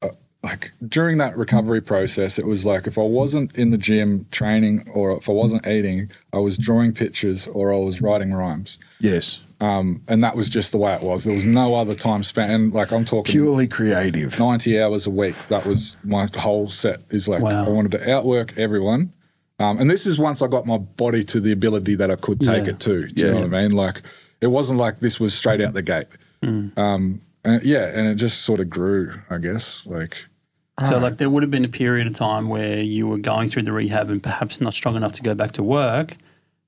Speaker 1: uh, like during that recovery process, it was like if I wasn't in the gym training or if I wasn't eating, I was drawing pictures or I was writing rhymes,
Speaker 2: Yes.
Speaker 1: and that was just the way it was. There was no other time spent, and like I'm talking
Speaker 2: Purely creative.
Speaker 1: 90 hours a week. That was my whole set. Is like
Speaker 3: Wow.
Speaker 1: I wanted to outwork everyone. Um, and this is once I got my body to the ability that I could take
Speaker 3: Yeah.
Speaker 1: it to. Do you know what I mean? Like it wasn't like this was straight out the gate.
Speaker 3: Mm.
Speaker 1: Um, and yeah, and it just sort of grew, I guess. Like
Speaker 3: So, like, there would have been a period of time where you were going through the rehab and perhaps not strong enough to go back to work,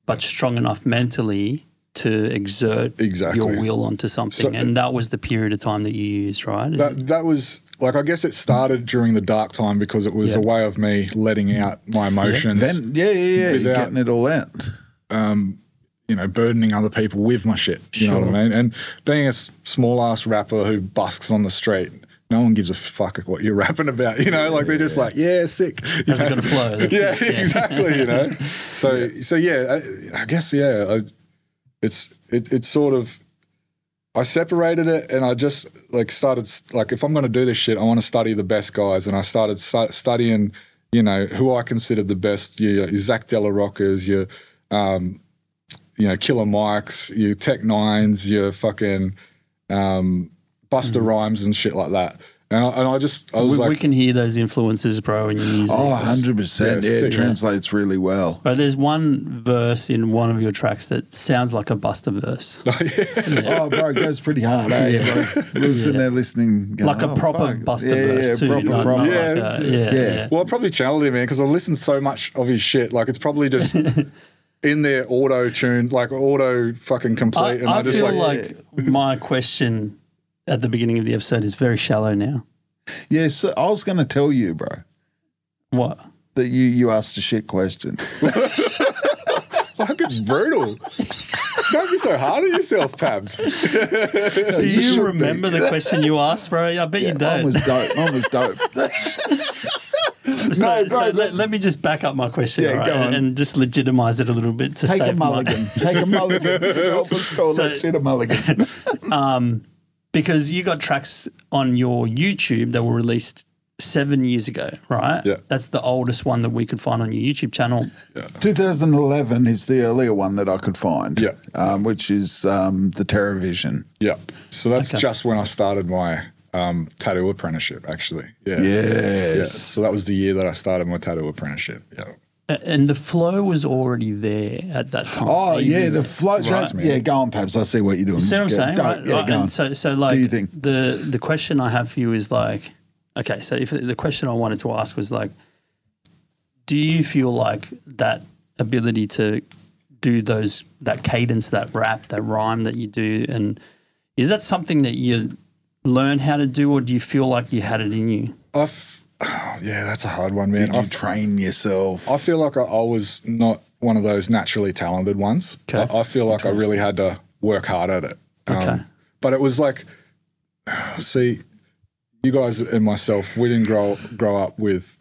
Speaker 3: but strong enough mentally to exert
Speaker 1: Exactly.
Speaker 3: your will onto something. and that was the period of time that you used, right?
Speaker 1: that that was like I guess it started during the dark time because it was a way of me letting out my emotions.
Speaker 2: Then, yeah, yeah, yeah. You're
Speaker 1: Without-
Speaker 2: getting it all out.
Speaker 1: you know, burdening other people with my shit. You know what I mean? And being a small ass rapper who busks on the street, no one gives a fuck at what you're rapping about. You know, like they're just like, yeah, sick. You
Speaker 3: How's it
Speaker 1: know?
Speaker 3: gonna flow? That's
Speaker 1: yeah,
Speaker 3: it, yeah.
Speaker 1: exactly. You know, so so yeah, I, I guess yeah, I, it's it, it's sort of. I separated it and I just like started s- like if I'm going to do this shit, I want to study the best guys, and I started stu- studying, you know, who I considered the best. Your, your Zach Della Rockers, your um, you know, Killer Mike's, your Tech Nines, your fucking um, Buster Rhymes and shit like that. And I, and I just, I was
Speaker 3: we,
Speaker 1: like,
Speaker 3: we can hear those influences, bro, in your music.
Speaker 2: Oh, 100%.
Speaker 1: Yeah,
Speaker 2: Yeah, it
Speaker 1: sick.
Speaker 2: translates really well.
Speaker 3: But there's one verse in one of your tracks that sounds like a Buster verse,
Speaker 2: Oh, bro, it goes pretty hard. Eh? Like, we were sitting there listening. Going,
Speaker 3: like a
Speaker 2: oh,
Speaker 3: proper
Speaker 2: fuck.
Speaker 3: Buster
Speaker 2: yeah,
Speaker 3: verse
Speaker 2: yeah,
Speaker 3: too.
Speaker 2: Proper,
Speaker 3: not- not
Speaker 2: proper.
Speaker 3: like
Speaker 1: Yeah.
Speaker 3: a- yeah,
Speaker 2: Yeah.
Speaker 3: yeah.
Speaker 1: well, I probably channeled him, man, because I listened so much of his shit. Like, it's probably just in there auto tuned, like auto fucking complete.
Speaker 3: I,
Speaker 1: and
Speaker 3: I
Speaker 1: I, just
Speaker 3: feel
Speaker 1: like,
Speaker 3: like, my question at the beginning of the episode is very shallow now.
Speaker 2: Yeah, so I was going to tell you, bro,
Speaker 3: What?
Speaker 2: that you, you asked a shit question.
Speaker 1: fucking brutal. Don't be so hard on yourself, Pabs.
Speaker 3: Do
Speaker 2: you should
Speaker 3: you
Speaker 2: be.
Speaker 3: remember the question you asked, bro? I bet you
Speaker 2: Mine
Speaker 3: don't.
Speaker 2: was dope. Mine was dope.
Speaker 3: so
Speaker 2: no,
Speaker 3: so
Speaker 2: no,
Speaker 3: let, let me just back up my question
Speaker 2: Yeah,
Speaker 3: all right,
Speaker 2: go on.
Speaker 3: and, and just legitimize it a little bit to
Speaker 2: Take a
Speaker 3: save my-
Speaker 2: mulligan. Take a mulligan. Help us call
Speaker 3: So-
Speaker 2: that shit a mulligan.
Speaker 3: because you got tracks on your YouTube that were released seven years ago, right?
Speaker 1: Yeah.
Speaker 3: That's the oldest one that we could find on your YouTube channel.
Speaker 2: 2011 is the earlier one that I could find.
Speaker 1: Yeah.
Speaker 2: Um, which is um, the TerraVision.
Speaker 1: Yeah. So that's
Speaker 3: Okay.
Speaker 1: just when I started my um, tattoo apprenticeship, actually. Yeah. Yeah.
Speaker 2: Yes.
Speaker 1: So that was the year that I started my tattoo apprenticeship. Yeah.
Speaker 3: A- And the flow was already there at that time.
Speaker 2: Oh
Speaker 3: Even-
Speaker 2: yeah, the floats.
Speaker 3: Right.
Speaker 2: yeah, go on, Pabs. I see what you're doing.
Speaker 3: See what I'm
Speaker 2: Yeah,
Speaker 3: saying?
Speaker 2: go-
Speaker 3: Right?
Speaker 2: Yeah,
Speaker 3: Like,
Speaker 2: go
Speaker 3: and
Speaker 2: on.
Speaker 3: So, so like
Speaker 2: your thing.
Speaker 3: the the question I have for you is like, okay, so if the question I wanted to ask was like, do you feel like that ability to do those that cadence, that rap, that rhyme that you do, and is that something that you learn how to do, or do you feel like you had it in you?
Speaker 1: I've, yeah, that's a hard one, man.
Speaker 2: Did you
Speaker 1: I've,
Speaker 2: train yourself?
Speaker 1: I feel like I, I was not one of those naturally talented ones.
Speaker 3: Okay.
Speaker 1: I, I feel like I really had to work hard at it. Um,
Speaker 3: Okay.
Speaker 1: But it was like, see, you guys and myself, we didn't grow grow up with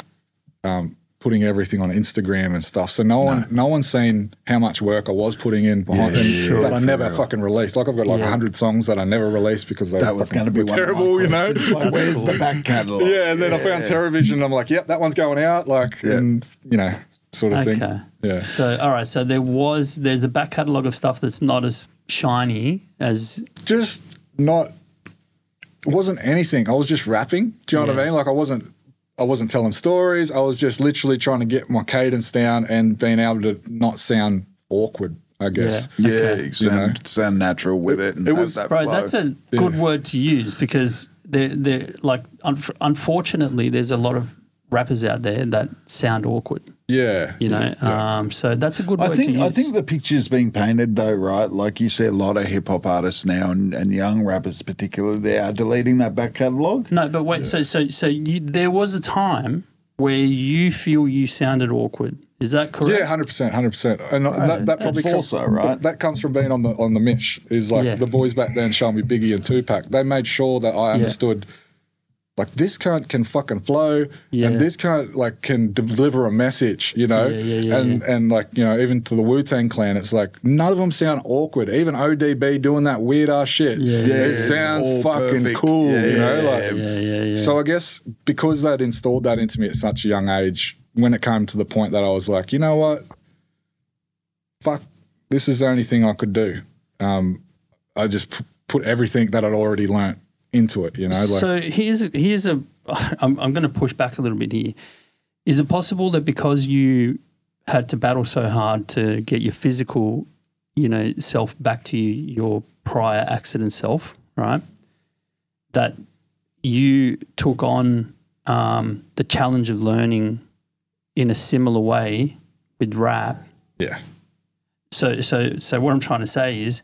Speaker 1: um, putting everything on Instagram and stuff. So no one, no one's seen how much work I was putting in behind and that I never fucking released. Like I've got like a hundred songs that I never released because they
Speaker 2: that was going to be one
Speaker 1: terrible,
Speaker 2: Of
Speaker 1: you
Speaker 2: my
Speaker 1: know.
Speaker 2: questions. Like, where's the back catalogue?
Speaker 1: Yeah, and then I found TerraVision. And I'm like, yep, that one's going out. Like,
Speaker 2: Yeah.
Speaker 1: and you know, sort of
Speaker 3: Okay.
Speaker 1: thing. Yeah.
Speaker 3: So, all right, so there was there's a back catalogue of stuff that's not as shiny as
Speaker 1: just not it wasn't anything. I was just rapping. Do you know what I
Speaker 3: Yeah.
Speaker 1: mean? Like I wasn't I wasn't telling stories. I was just literally trying to get my cadence down and being able to not sound awkward, I guess.
Speaker 3: Yeah.
Speaker 2: Yeah, sound, sound natural with it. And
Speaker 1: It
Speaker 2: have
Speaker 1: was-
Speaker 2: that
Speaker 3: Bro,
Speaker 2: flow.
Speaker 3: that's a good word to use because they're, they're like, unf unfortunately, there's a lot of rappers out there that sound awkward,
Speaker 1: Yeah.
Speaker 3: you know? Um, so that's a good
Speaker 2: I
Speaker 3: word
Speaker 2: think
Speaker 3: to use.
Speaker 2: I think the picture's being painted though, right? Like you see a lot of hip hop artists now and, and young rappers particularly, they are deleting that back catalogue.
Speaker 3: no, but wait, so, so, so you, there was a time where you feel you sounded awkward. Is that correct?
Speaker 1: Yeah, hundred percent, hundred percent, and that, that probably
Speaker 2: That's
Speaker 1: comes,
Speaker 2: also, right?
Speaker 1: That comes from being on the on the mish. Is like
Speaker 3: Yeah.
Speaker 1: the boys back then, Shelby, Biggie, and Tupac. They made sure that I understood, like this cunt can fucking flow,
Speaker 3: Yeah.
Speaker 1: and this cunt like can deliver a message, you know.
Speaker 3: Yeah, yeah, yeah,
Speaker 1: and and like you know, even to the Wu Tang Clan, it's like none of them sound awkward. Even ODB doing that weird ass shit.
Speaker 3: Yeah,
Speaker 1: it
Speaker 3: yeah,
Speaker 2: it's all
Speaker 1: sounds fucking
Speaker 2: perfect.
Speaker 1: cool,
Speaker 2: Yeah,
Speaker 1: you know.
Speaker 2: yeah,
Speaker 1: like
Speaker 3: Yeah, yeah, yeah.
Speaker 1: so I guess because they'd installed that into me at such a young age, when it came to the point that I was like, you know what, fuck, this is the only thing I could do. Um, I just p- put everything that I'd already learnt into it. You know, like
Speaker 3: so here's here's a I'm, I'm going to push back a little bit here. Is it possible that because you had to battle so hard to get your physical, you know, self back to you, your prior accident self, right? That you took on um, the challenge of learning in a similar way with rap
Speaker 1: yeah,
Speaker 3: so so so what I'm trying to say is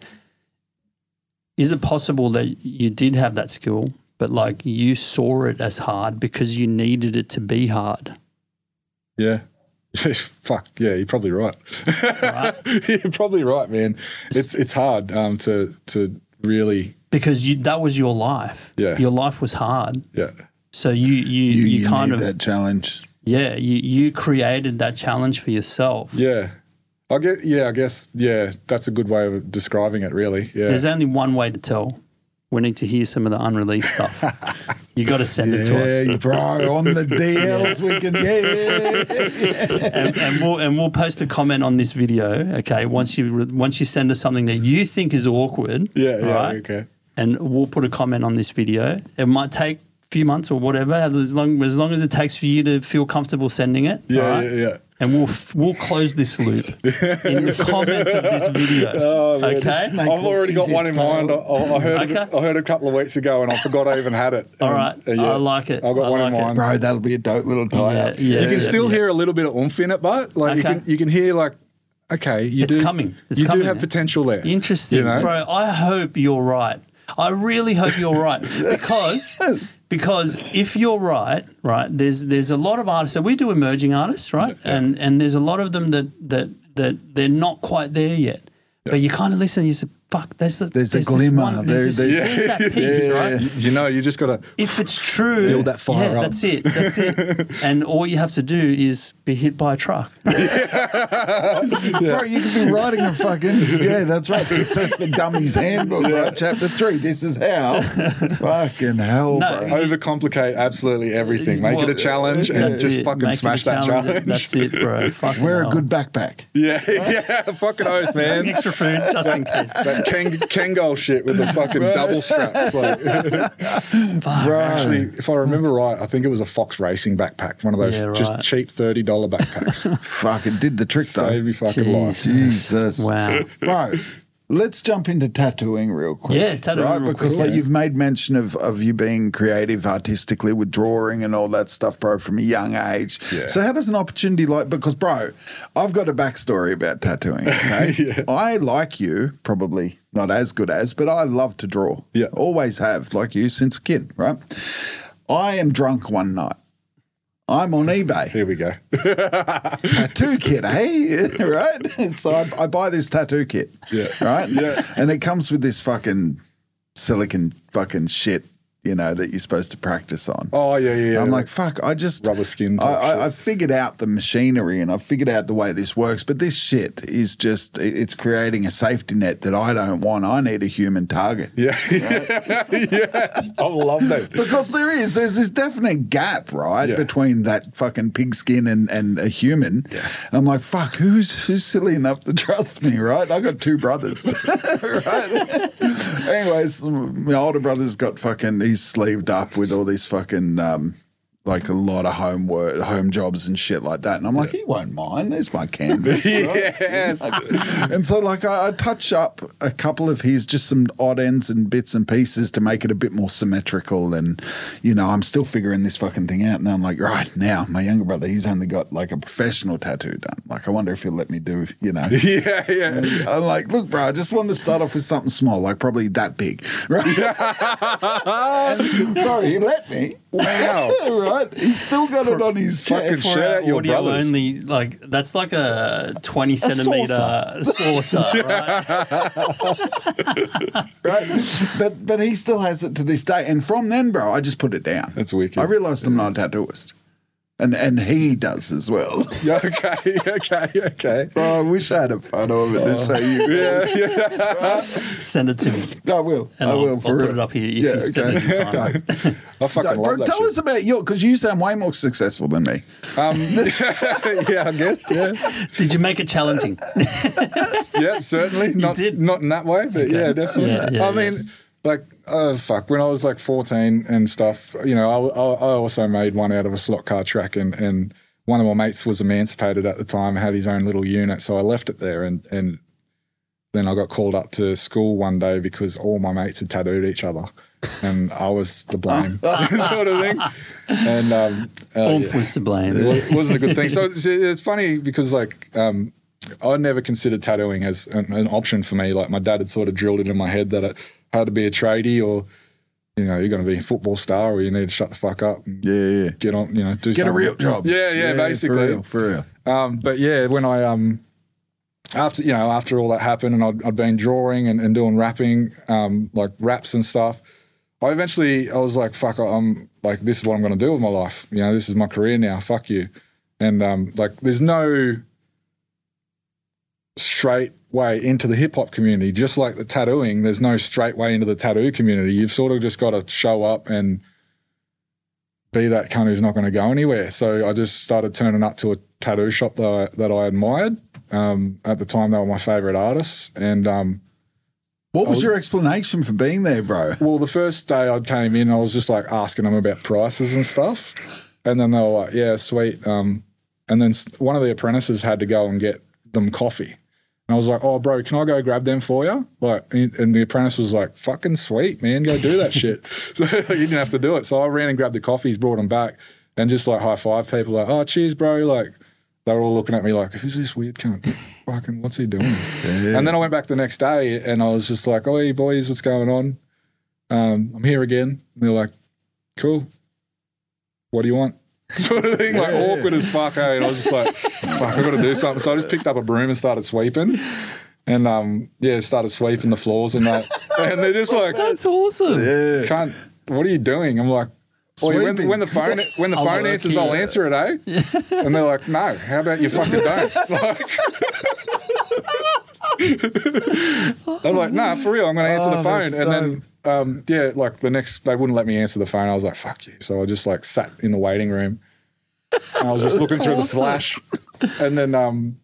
Speaker 3: is it possible that you did have that skill but like you saw it as hard because you needed it to be hard
Speaker 1: yeah. Fuck yeah, you're probably right. you're probably right, man. It's it's hard um, to to really
Speaker 3: because you that was your life
Speaker 1: Yeah.
Speaker 3: your life was hard
Speaker 1: yeah
Speaker 3: so you you you, kind
Speaker 2: need
Speaker 3: of
Speaker 2: that challenge.
Speaker 3: yeah you you created that challenge for yourself
Speaker 1: yeah. I guess yeah, I guess yeah. That's a good way of describing it, really. Yeah.
Speaker 3: there's only one way to tell we need to hear some of the unreleased stuff you got to send it to us
Speaker 2: Yeah, you bro, on the DLs we can. Yeah,
Speaker 3: and, and we'll and we'll post a comment on this video. Okay, once you re- once you send us something that you think is awkward.
Speaker 1: yeah, yeah,
Speaker 3: right?
Speaker 1: okay.
Speaker 3: And we'll put a comment on this video. It might take a few months or whatever, as long as long as it takes for you to feel comfortable sending it.
Speaker 1: Yeah,
Speaker 3: alright?
Speaker 1: yeah, yeah.
Speaker 3: And we'll f- we'll close this loop in the comments of this video.
Speaker 1: Uh, Oh,
Speaker 3: okay.
Speaker 2: snake
Speaker 1: I've already got
Speaker 2: will eat
Speaker 1: one in
Speaker 2: its
Speaker 1: mind. I,
Speaker 2: tail.
Speaker 1: I I heard it,
Speaker 3: Okay.
Speaker 1: I heard it a couple of weeks ago, and I forgot I even had it.
Speaker 3: All
Speaker 1: Um,
Speaker 3: right.
Speaker 1: uh, yeah.
Speaker 3: I like it.
Speaker 1: I've got
Speaker 3: I
Speaker 1: one
Speaker 3: like it.
Speaker 1: in mind.
Speaker 2: bro, that'll be a dope little tie
Speaker 3: Yeah,
Speaker 2: up.
Speaker 3: yeah,
Speaker 1: you can
Speaker 3: yeah,
Speaker 1: still
Speaker 3: yeah.
Speaker 1: hear a little bit of oomph in it, but like you
Speaker 3: Okay.
Speaker 1: can you can hear like okay, you
Speaker 3: It's
Speaker 1: do
Speaker 3: coming. It's
Speaker 1: you
Speaker 3: coming,
Speaker 1: do have
Speaker 3: man.
Speaker 1: potential there.
Speaker 3: Interesting,
Speaker 1: You know?
Speaker 3: bro. I hope you're right. I really hope you're right because because if you're right, right, there's there's a lot of artists. So we do emerging artists, right? And and there's a lot of them that that that they're not quite there yet. But you kind of listen. You say, fuck, there's, the,
Speaker 2: There's a glimmer.
Speaker 3: This one,
Speaker 2: There-
Speaker 3: there's, this,
Speaker 2: there's-
Speaker 3: there's that piece, right?
Speaker 1: You, you know, you just got to.
Speaker 3: if it's true,
Speaker 1: Build that fire
Speaker 3: yeah,
Speaker 1: up.
Speaker 3: That's it. That's it. and all you have to do is be hit by a truck.
Speaker 2: Bro, you could be writing a fucking yeah, that's right. Successful Dummies Handbook, right? Chapter three. This is how. fucking hell,
Speaker 3: No,
Speaker 2: bro.
Speaker 1: Overcomplicate absolutely everything. Make
Speaker 3: Well,
Speaker 1: it a challenge and
Speaker 3: that's
Speaker 1: just
Speaker 3: it.
Speaker 1: fucking
Speaker 3: Make it a
Speaker 1: smash that challenge.
Speaker 3: That's it, bro. Fucking
Speaker 2: Wear a
Speaker 3: hell.
Speaker 2: good backpack.
Speaker 1: Yeah, yeah, fucking oath, man.
Speaker 3: extra food just in case.
Speaker 1: That Kang- Kangol shit with the fucking double straps. Like, actually, if I remember right, I think it was a Fox Racing backpack, one of those
Speaker 3: Yeah,
Speaker 1: just
Speaker 3: right.
Speaker 1: cheap thirty dollar backpacks.
Speaker 2: Fucking did the trick
Speaker 1: Saved
Speaker 2: though.
Speaker 1: me fucking
Speaker 3: Jeez.
Speaker 1: life.
Speaker 2: Jesus.
Speaker 3: Wow.
Speaker 2: Bro, let's jump into tattooing real quick.
Speaker 3: Yeah, tattooing
Speaker 2: Right?
Speaker 3: real
Speaker 2: because
Speaker 3: quick.
Speaker 2: like you've made mention of, of you being creative artistically with drawing and all that stuff, bro, from a young age.
Speaker 1: Yeah.
Speaker 2: So how does an opportunity like because bro, I've got a backstory about tattooing. Okay. I like you, probably not as good as, but I love to draw.
Speaker 1: Yeah.
Speaker 2: Always have, like you since a kid, right? I am drunk one night. I'm on eBay
Speaker 1: Here we go.
Speaker 2: tattoo kit, eh? right? And so I, I buy this tattoo kit.
Speaker 1: Yeah.
Speaker 2: Right?
Speaker 1: Yeah.
Speaker 2: And it comes with this fucking silicon fucking shit, you know, that you're supposed to practice on.
Speaker 1: Oh yeah, yeah. yeah.
Speaker 2: I'm like, fuck, I just.
Speaker 1: Rubber skin
Speaker 2: I,
Speaker 1: type shit.
Speaker 2: I, I figured out the machinery and I figured out the way this works, but this shit is just, it- it's creating a safety net that I don't want. I need a human target.
Speaker 1: yeah, yes, I love that.
Speaker 2: Because there is, there's this definite gap, right,
Speaker 1: Yeah.
Speaker 2: between that fucking pigskin and, and a human. And I'm like, fuck, who's who's silly enough to trust me, right? I got two brothers. right? Anyways, my older brother's got fucking, he's sleeved up with all these fucking. Um, like a lot of homework, home jobs and shit like that, and I'm like, he won't mind. There's my canvas. right?
Speaker 1: Yes,
Speaker 2: and so like I, I touch up a couple of his just some odd ends and bits and pieces to make it a bit more symmetrical and you know i'm still figuring this fucking thing out and i'm like right now my younger brother he's only got like a professional tattoo done like i wonder if he'll let me do you know
Speaker 1: yeah, yeah.
Speaker 2: i'm like look bro i just wanted to start off with something small like probably that big right and, bro he let me
Speaker 1: Wow.
Speaker 2: right he's still got it on his
Speaker 1: Fucking
Speaker 2: chest
Speaker 1: shout out your
Speaker 3: audio
Speaker 1: brothers.
Speaker 3: only, like that's like a twenty
Speaker 2: saucer.
Speaker 3: centimeter saucer, right?
Speaker 2: right? But but he still has it to this day. And from then, bro, I just put it down.
Speaker 1: That's wicked.
Speaker 2: I realized I'm not a tattooist. And and he does as well.
Speaker 1: Yeah, okay, okay, okay.
Speaker 2: Oh, I wish I had a photo of it to show you.
Speaker 1: Yeah, yeah.
Speaker 3: Send it to me,
Speaker 2: I will.
Speaker 3: and
Speaker 2: I
Speaker 3: I'll,
Speaker 2: will
Speaker 3: I'll
Speaker 2: for
Speaker 3: put
Speaker 2: real.
Speaker 3: it up here. If
Speaker 2: Yeah,
Speaker 3: you send it in time.
Speaker 2: okay. okay.
Speaker 1: I fucking
Speaker 2: No,
Speaker 1: love
Speaker 2: bro,
Speaker 1: that.
Speaker 2: tell
Speaker 1: shit.
Speaker 2: us about your because you sound way more successful than me.
Speaker 1: Um, yeah, I guess. Yeah,
Speaker 3: Did you make it challenging?
Speaker 1: yeah, certainly. Not,
Speaker 3: did.
Speaker 1: not in that way, but yeah, definitely.
Speaker 3: Yeah, yeah,
Speaker 1: I mean,
Speaker 3: yes.
Speaker 1: like, oh fuck. When I was like fourteen and stuff, you know, I, I, I also made one out of a slot car track, and and one of my mates was emancipated at the time, had his own little unit, so I left it there, and and then I got called up to school one day because all my mates had tattooed each other. And I was the blame, sort of thing. And um, uh,
Speaker 3: Oomph was to blame.
Speaker 1: it wasn't a good thing. So it's, it's funny because like um, I never considered tattooing as an, an option for me. Like my dad had sort of drilled it in my head that it had to be a tradie or you know you're going to be a football star or you need to shut the fuck up and
Speaker 2: Yeah, yeah.
Speaker 1: get on. You know, do
Speaker 2: Get a
Speaker 1: something.
Speaker 2: real job.
Speaker 1: Yeah, yeah,
Speaker 2: For
Speaker 1: basically.
Speaker 2: real, for real.
Speaker 1: Um, but yeah, when I um, after you know after all that happened and I'd, I'd been drawing and, and doing rapping um, like raps and stuff, I eventually I was like fuck I'm like this is what I'm gonna do with my life. You know this is my career now. Fuck you. And um, like there's no straight way into the hip hop community. Just like the tattooing, there's no straight way into the tattoo community. You've sort of just got to show up and be that cunt who's not going to go anywhere. So I just started turning up to a tattoo shop that I, that I admired. Um, at the time, they were my favorite artists. And um,
Speaker 2: What was your explanation for being there, bro?
Speaker 1: well, the first day I came in, I was just like asking them about prices and stuff. And then they were like, yeah, sweet. Um, and then s- one of the apprentices had to go and get them coffee. And I was like, oh, bro, can I go grab them for you? Like, and and the apprentice was like, fucking sweet, man, go do that shit. So you didn't have to do it. So I ran and grabbed the coffees, brought them back, and just like high five people, like, oh, cheers, bro. Like, they were all looking at me like, who's this weird cunt? Fucking, what's he doing? And then I went back the next day and I was just like, oh, hey, boys, what's going on? Um, I'm here again. And they're like, cool. What do you want? Sort of thing, like eh? awkward as fuck. Hey, and I was just like, fuck, I got to do something. So I just picked up a broom and started sweeping. and um, yeah, started sweeping the floors and that. and they're just like,
Speaker 3: That's awesome.
Speaker 1: can't. What are you doing? I'm like, "Oi, when,
Speaker 2: Sweeping.
Speaker 1: when the phone when the phone
Speaker 3: work
Speaker 1: answers, I'll
Speaker 3: here."
Speaker 1: answer it, eh? and they're like, no. How about you fucking don't? Like, I'm like, nah, for real. I'm going to answer
Speaker 2: Oh,
Speaker 1: the phone,
Speaker 2: that's
Speaker 1: and then. Um, yeah, like the next, they wouldn't let me answer the phone. I was like, "Fuck you!" So I just like sat in the waiting room. And I was just looking through the flash, and then um,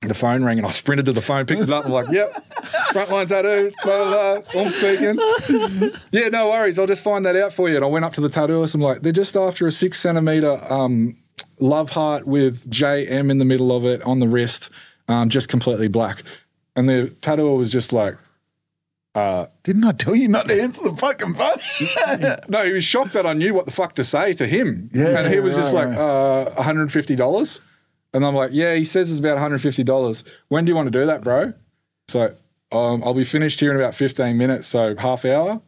Speaker 1: the phone rang, and I sprinted to the phone, picked it up. I'm like, "Yep, frontline tattoo, blah blah blah." I'm speaking. Yeah, no worries. I'll just find that out for you. And I went up to the tattooist. I'm like, they're just after a six centimeter um, love heart with JM in the middle of it on the wrist, um, just completely black. And the tattooer was just like,
Speaker 2: Didn't I tell you not to answer the fucking phone?
Speaker 1: no, he was shocked that I knew what the fuck to say to him.
Speaker 2: Yeah,
Speaker 1: and he was just
Speaker 2: right,
Speaker 1: like, uh, $150. And I'm like, yeah, he says it's about $150. When do you want to do that, bro? So um, I'll be finished here in about 15 minutes. So half hour.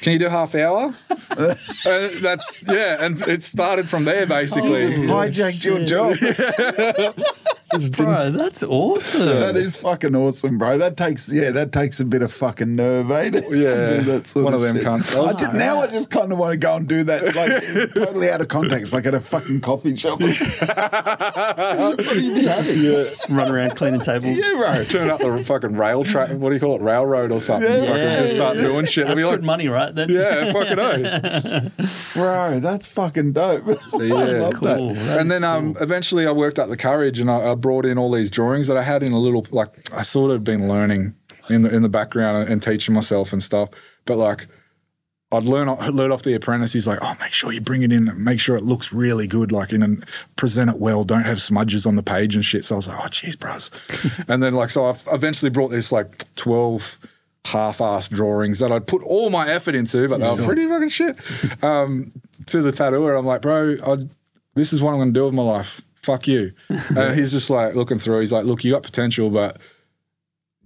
Speaker 1: Can you do half hour? and that's, yeah. And it started from there, basically.
Speaker 2: Hijacked your job.
Speaker 3: Bro, that's awesome.
Speaker 2: That is fucking awesome, bro. That takes yeah, that takes a bit of fucking nerve, eh? to
Speaker 1: Yeah,
Speaker 2: do that sort
Speaker 1: one of them
Speaker 2: shit.
Speaker 1: cunts.
Speaker 2: I just, now I just kind of want to go and do that, like totally out of context, like at a fucking coffee shop. yeah,
Speaker 3: Just run around cleaning tables.
Speaker 2: bro.
Speaker 1: Turn up the fucking rail track. What do you call it? Railroad or something.
Speaker 2: Yeah,
Speaker 1: Fucking just start doing shit. They'll
Speaker 3: That's
Speaker 1: be like,
Speaker 3: good money, right? That,
Speaker 1: yeah, fucking oh.
Speaker 2: Bro, that's fucking dope. I
Speaker 1: yeah.
Speaker 2: love that.
Speaker 3: Cool.
Speaker 1: and then um, eventually I worked up the courage and I, I brought in all these drawings that I had in a little like I sort of been learning in the in the background and, teaching myself and stuff. But like I'd learn o- learn off the apprentice. He's like, oh, make sure you bring it in, and make sure it looks really good, like in and present it well. Don't have smudges on the page and shit. So I was like, oh, jeez, bros. and then like so I eventually brought this like twelve half-assed drawings that I'd put all my effort into, but they were pretty fucking shit um, to the tattooer. I'm like, bro, I, this is what I'm going to do with my life. Fuck you. And he's just like looking through. He's like, look, you got potential, but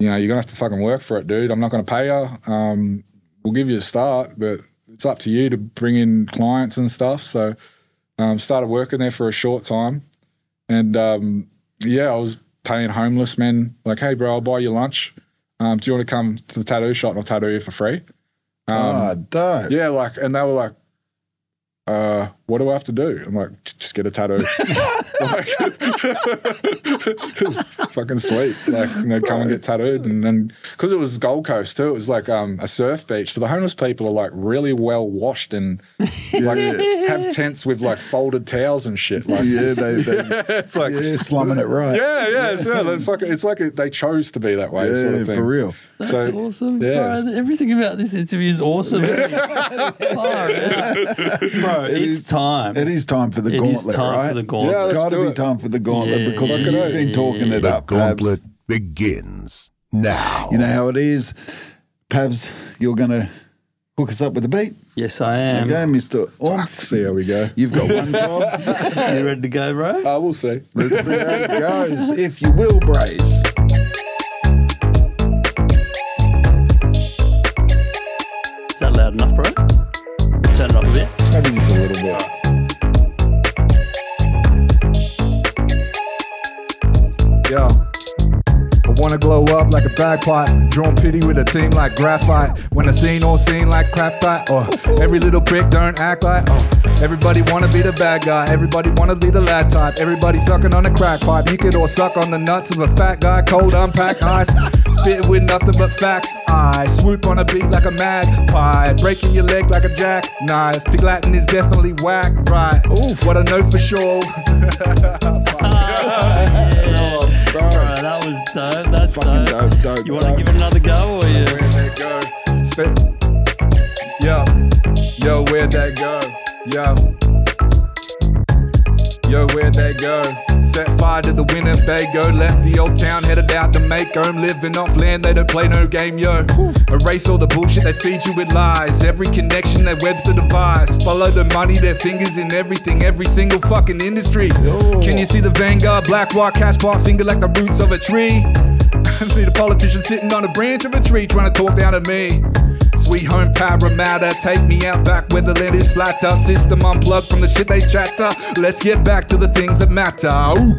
Speaker 1: you know, you're going to have to fucking work for it, dude. I'm not going to pay you. Um, we'll give you a start, but it's up to you to bring in clients and stuff. So, um, started working there for a short time, and um, yeah, I was paying homeless men like, hey, bro, I'll buy you lunch. Um, do you want to come to the tattoo shop and I'll tattoo you for free?
Speaker 2: Ah, dope.
Speaker 1: um, Yeah, like, and they were like, uh, what do I have to do? I'm like, "J- just get a tattoo. like, fucking sweet. Like, you know, come and get tattooed. And then, because it was Gold Coast too, it was like um, a surf beach. So the homeless people are like really well washed and like have tents with like folded towels and shit. Like,
Speaker 2: Yeah, they, they
Speaker 1: it's like, yeah,
Speaker 2: yeah, slumming it right.
Speaker 1: yeah, it's, yeah, they're fucking, it's like they chose to be that way,
Speaker 2: Yeah,
Speaker 1: sort of thing.
Speaker 2: for real.
Speaker 3: That's
Speaker 1: So,
Speaker 3: awesome.
Speaker 1: yeah.
Speaker 3: Bro, everything about this interview is awesome. isn't it? Far out. Bro, it's
Speaker 2: is-
Speaker 3: time.
Speaker 2: It is time for the
Speaker 3: It is
Speaker 2: gauntlet,
Speaker 3: time
Speaker 2: right?
Speaker 3: for the gauntlet.
Speaker 1: Yeah,
Speaker 2: it's
Speaker 1: let's
Speaker 2: got to
Speaker 1: do
Speaker 2: be
Speaker 1: it.
Speaker 2: time for the gauntlet
Speaker 3: Yeah,
Speaker 2: because
Speaker 3: yeah,
Speaker 2: you've been talking it
Speaker 5: The
Speaker 2: up,
Speaker 5: gauntlet
Speaker 2: Pabs.
Speaker 5: begins now.
Speaker 2: You know how it is, Pabs. You're gonna hook us up with a beat,
Speaker 3: Yes, I am.
Speaker 2: okay, Mister Oomph?
Speaker 1: See how we go.
Speaker 2: You've got one job.
Speaker 3: You ready to go, bro?
Speaker 1: Uh, we'll see.
Speaker 2: Let's see how it goes. If you will, brace.
Speaker 3: Is that loud enough, bro? Turn it up a bit.
Speaker 1: Maybe just a little bit.
Speaker 6: Yo. I wanna glow up like a bagpipe, drawn pity with a team like graphite. When I seen all seen like crap fight, or every little prick don't act like. Oh, everybody wanna be the bad guy, everybody wanna be the lad type. Everybody sucking on a crack pipe, you could all suck on the nuts of a fat guy, cold unpacked ice. Spitting with nothing but facts. I swoop on a beat like a magpie, breaking your leg like a jackknife. Big Latin is definitely whack, right? Ooh, what I know for sure.
Speaker 3: Yeah.
Speaker 2: Bro.
Speaker 3: Oh, Bro, that was dope. That's
Speaker 2: Fucking
Speaker 3: dope.
Speaker 2: dope, dope.
Speaker 3: You want to
Speaker 2: dope.
Speaker 3: give it another go, or you?
Speaker 6: Where'd that go? Spit. Yo, yo, where'd that go? Yo, yo, where'd that go? Set fire to the Winnebago. Left the old town, headed out to Macomb. Living off land, they don't play no game, yo. Erase all the bullshit, they feed you with lies. Every connection, their webs a device. Follow the money, their fingers in everything, every single fucking industry. Can you see the vanguard? Black, white, cash, bar, finger like the roots of a tree. See the politician sitting on a branch of a tree trying to talk down to me. Sweet home Parramatta, take me out back where the land is flatter. System unplugged from the shit they chatter. Let's get back to the things that matter. Ooh.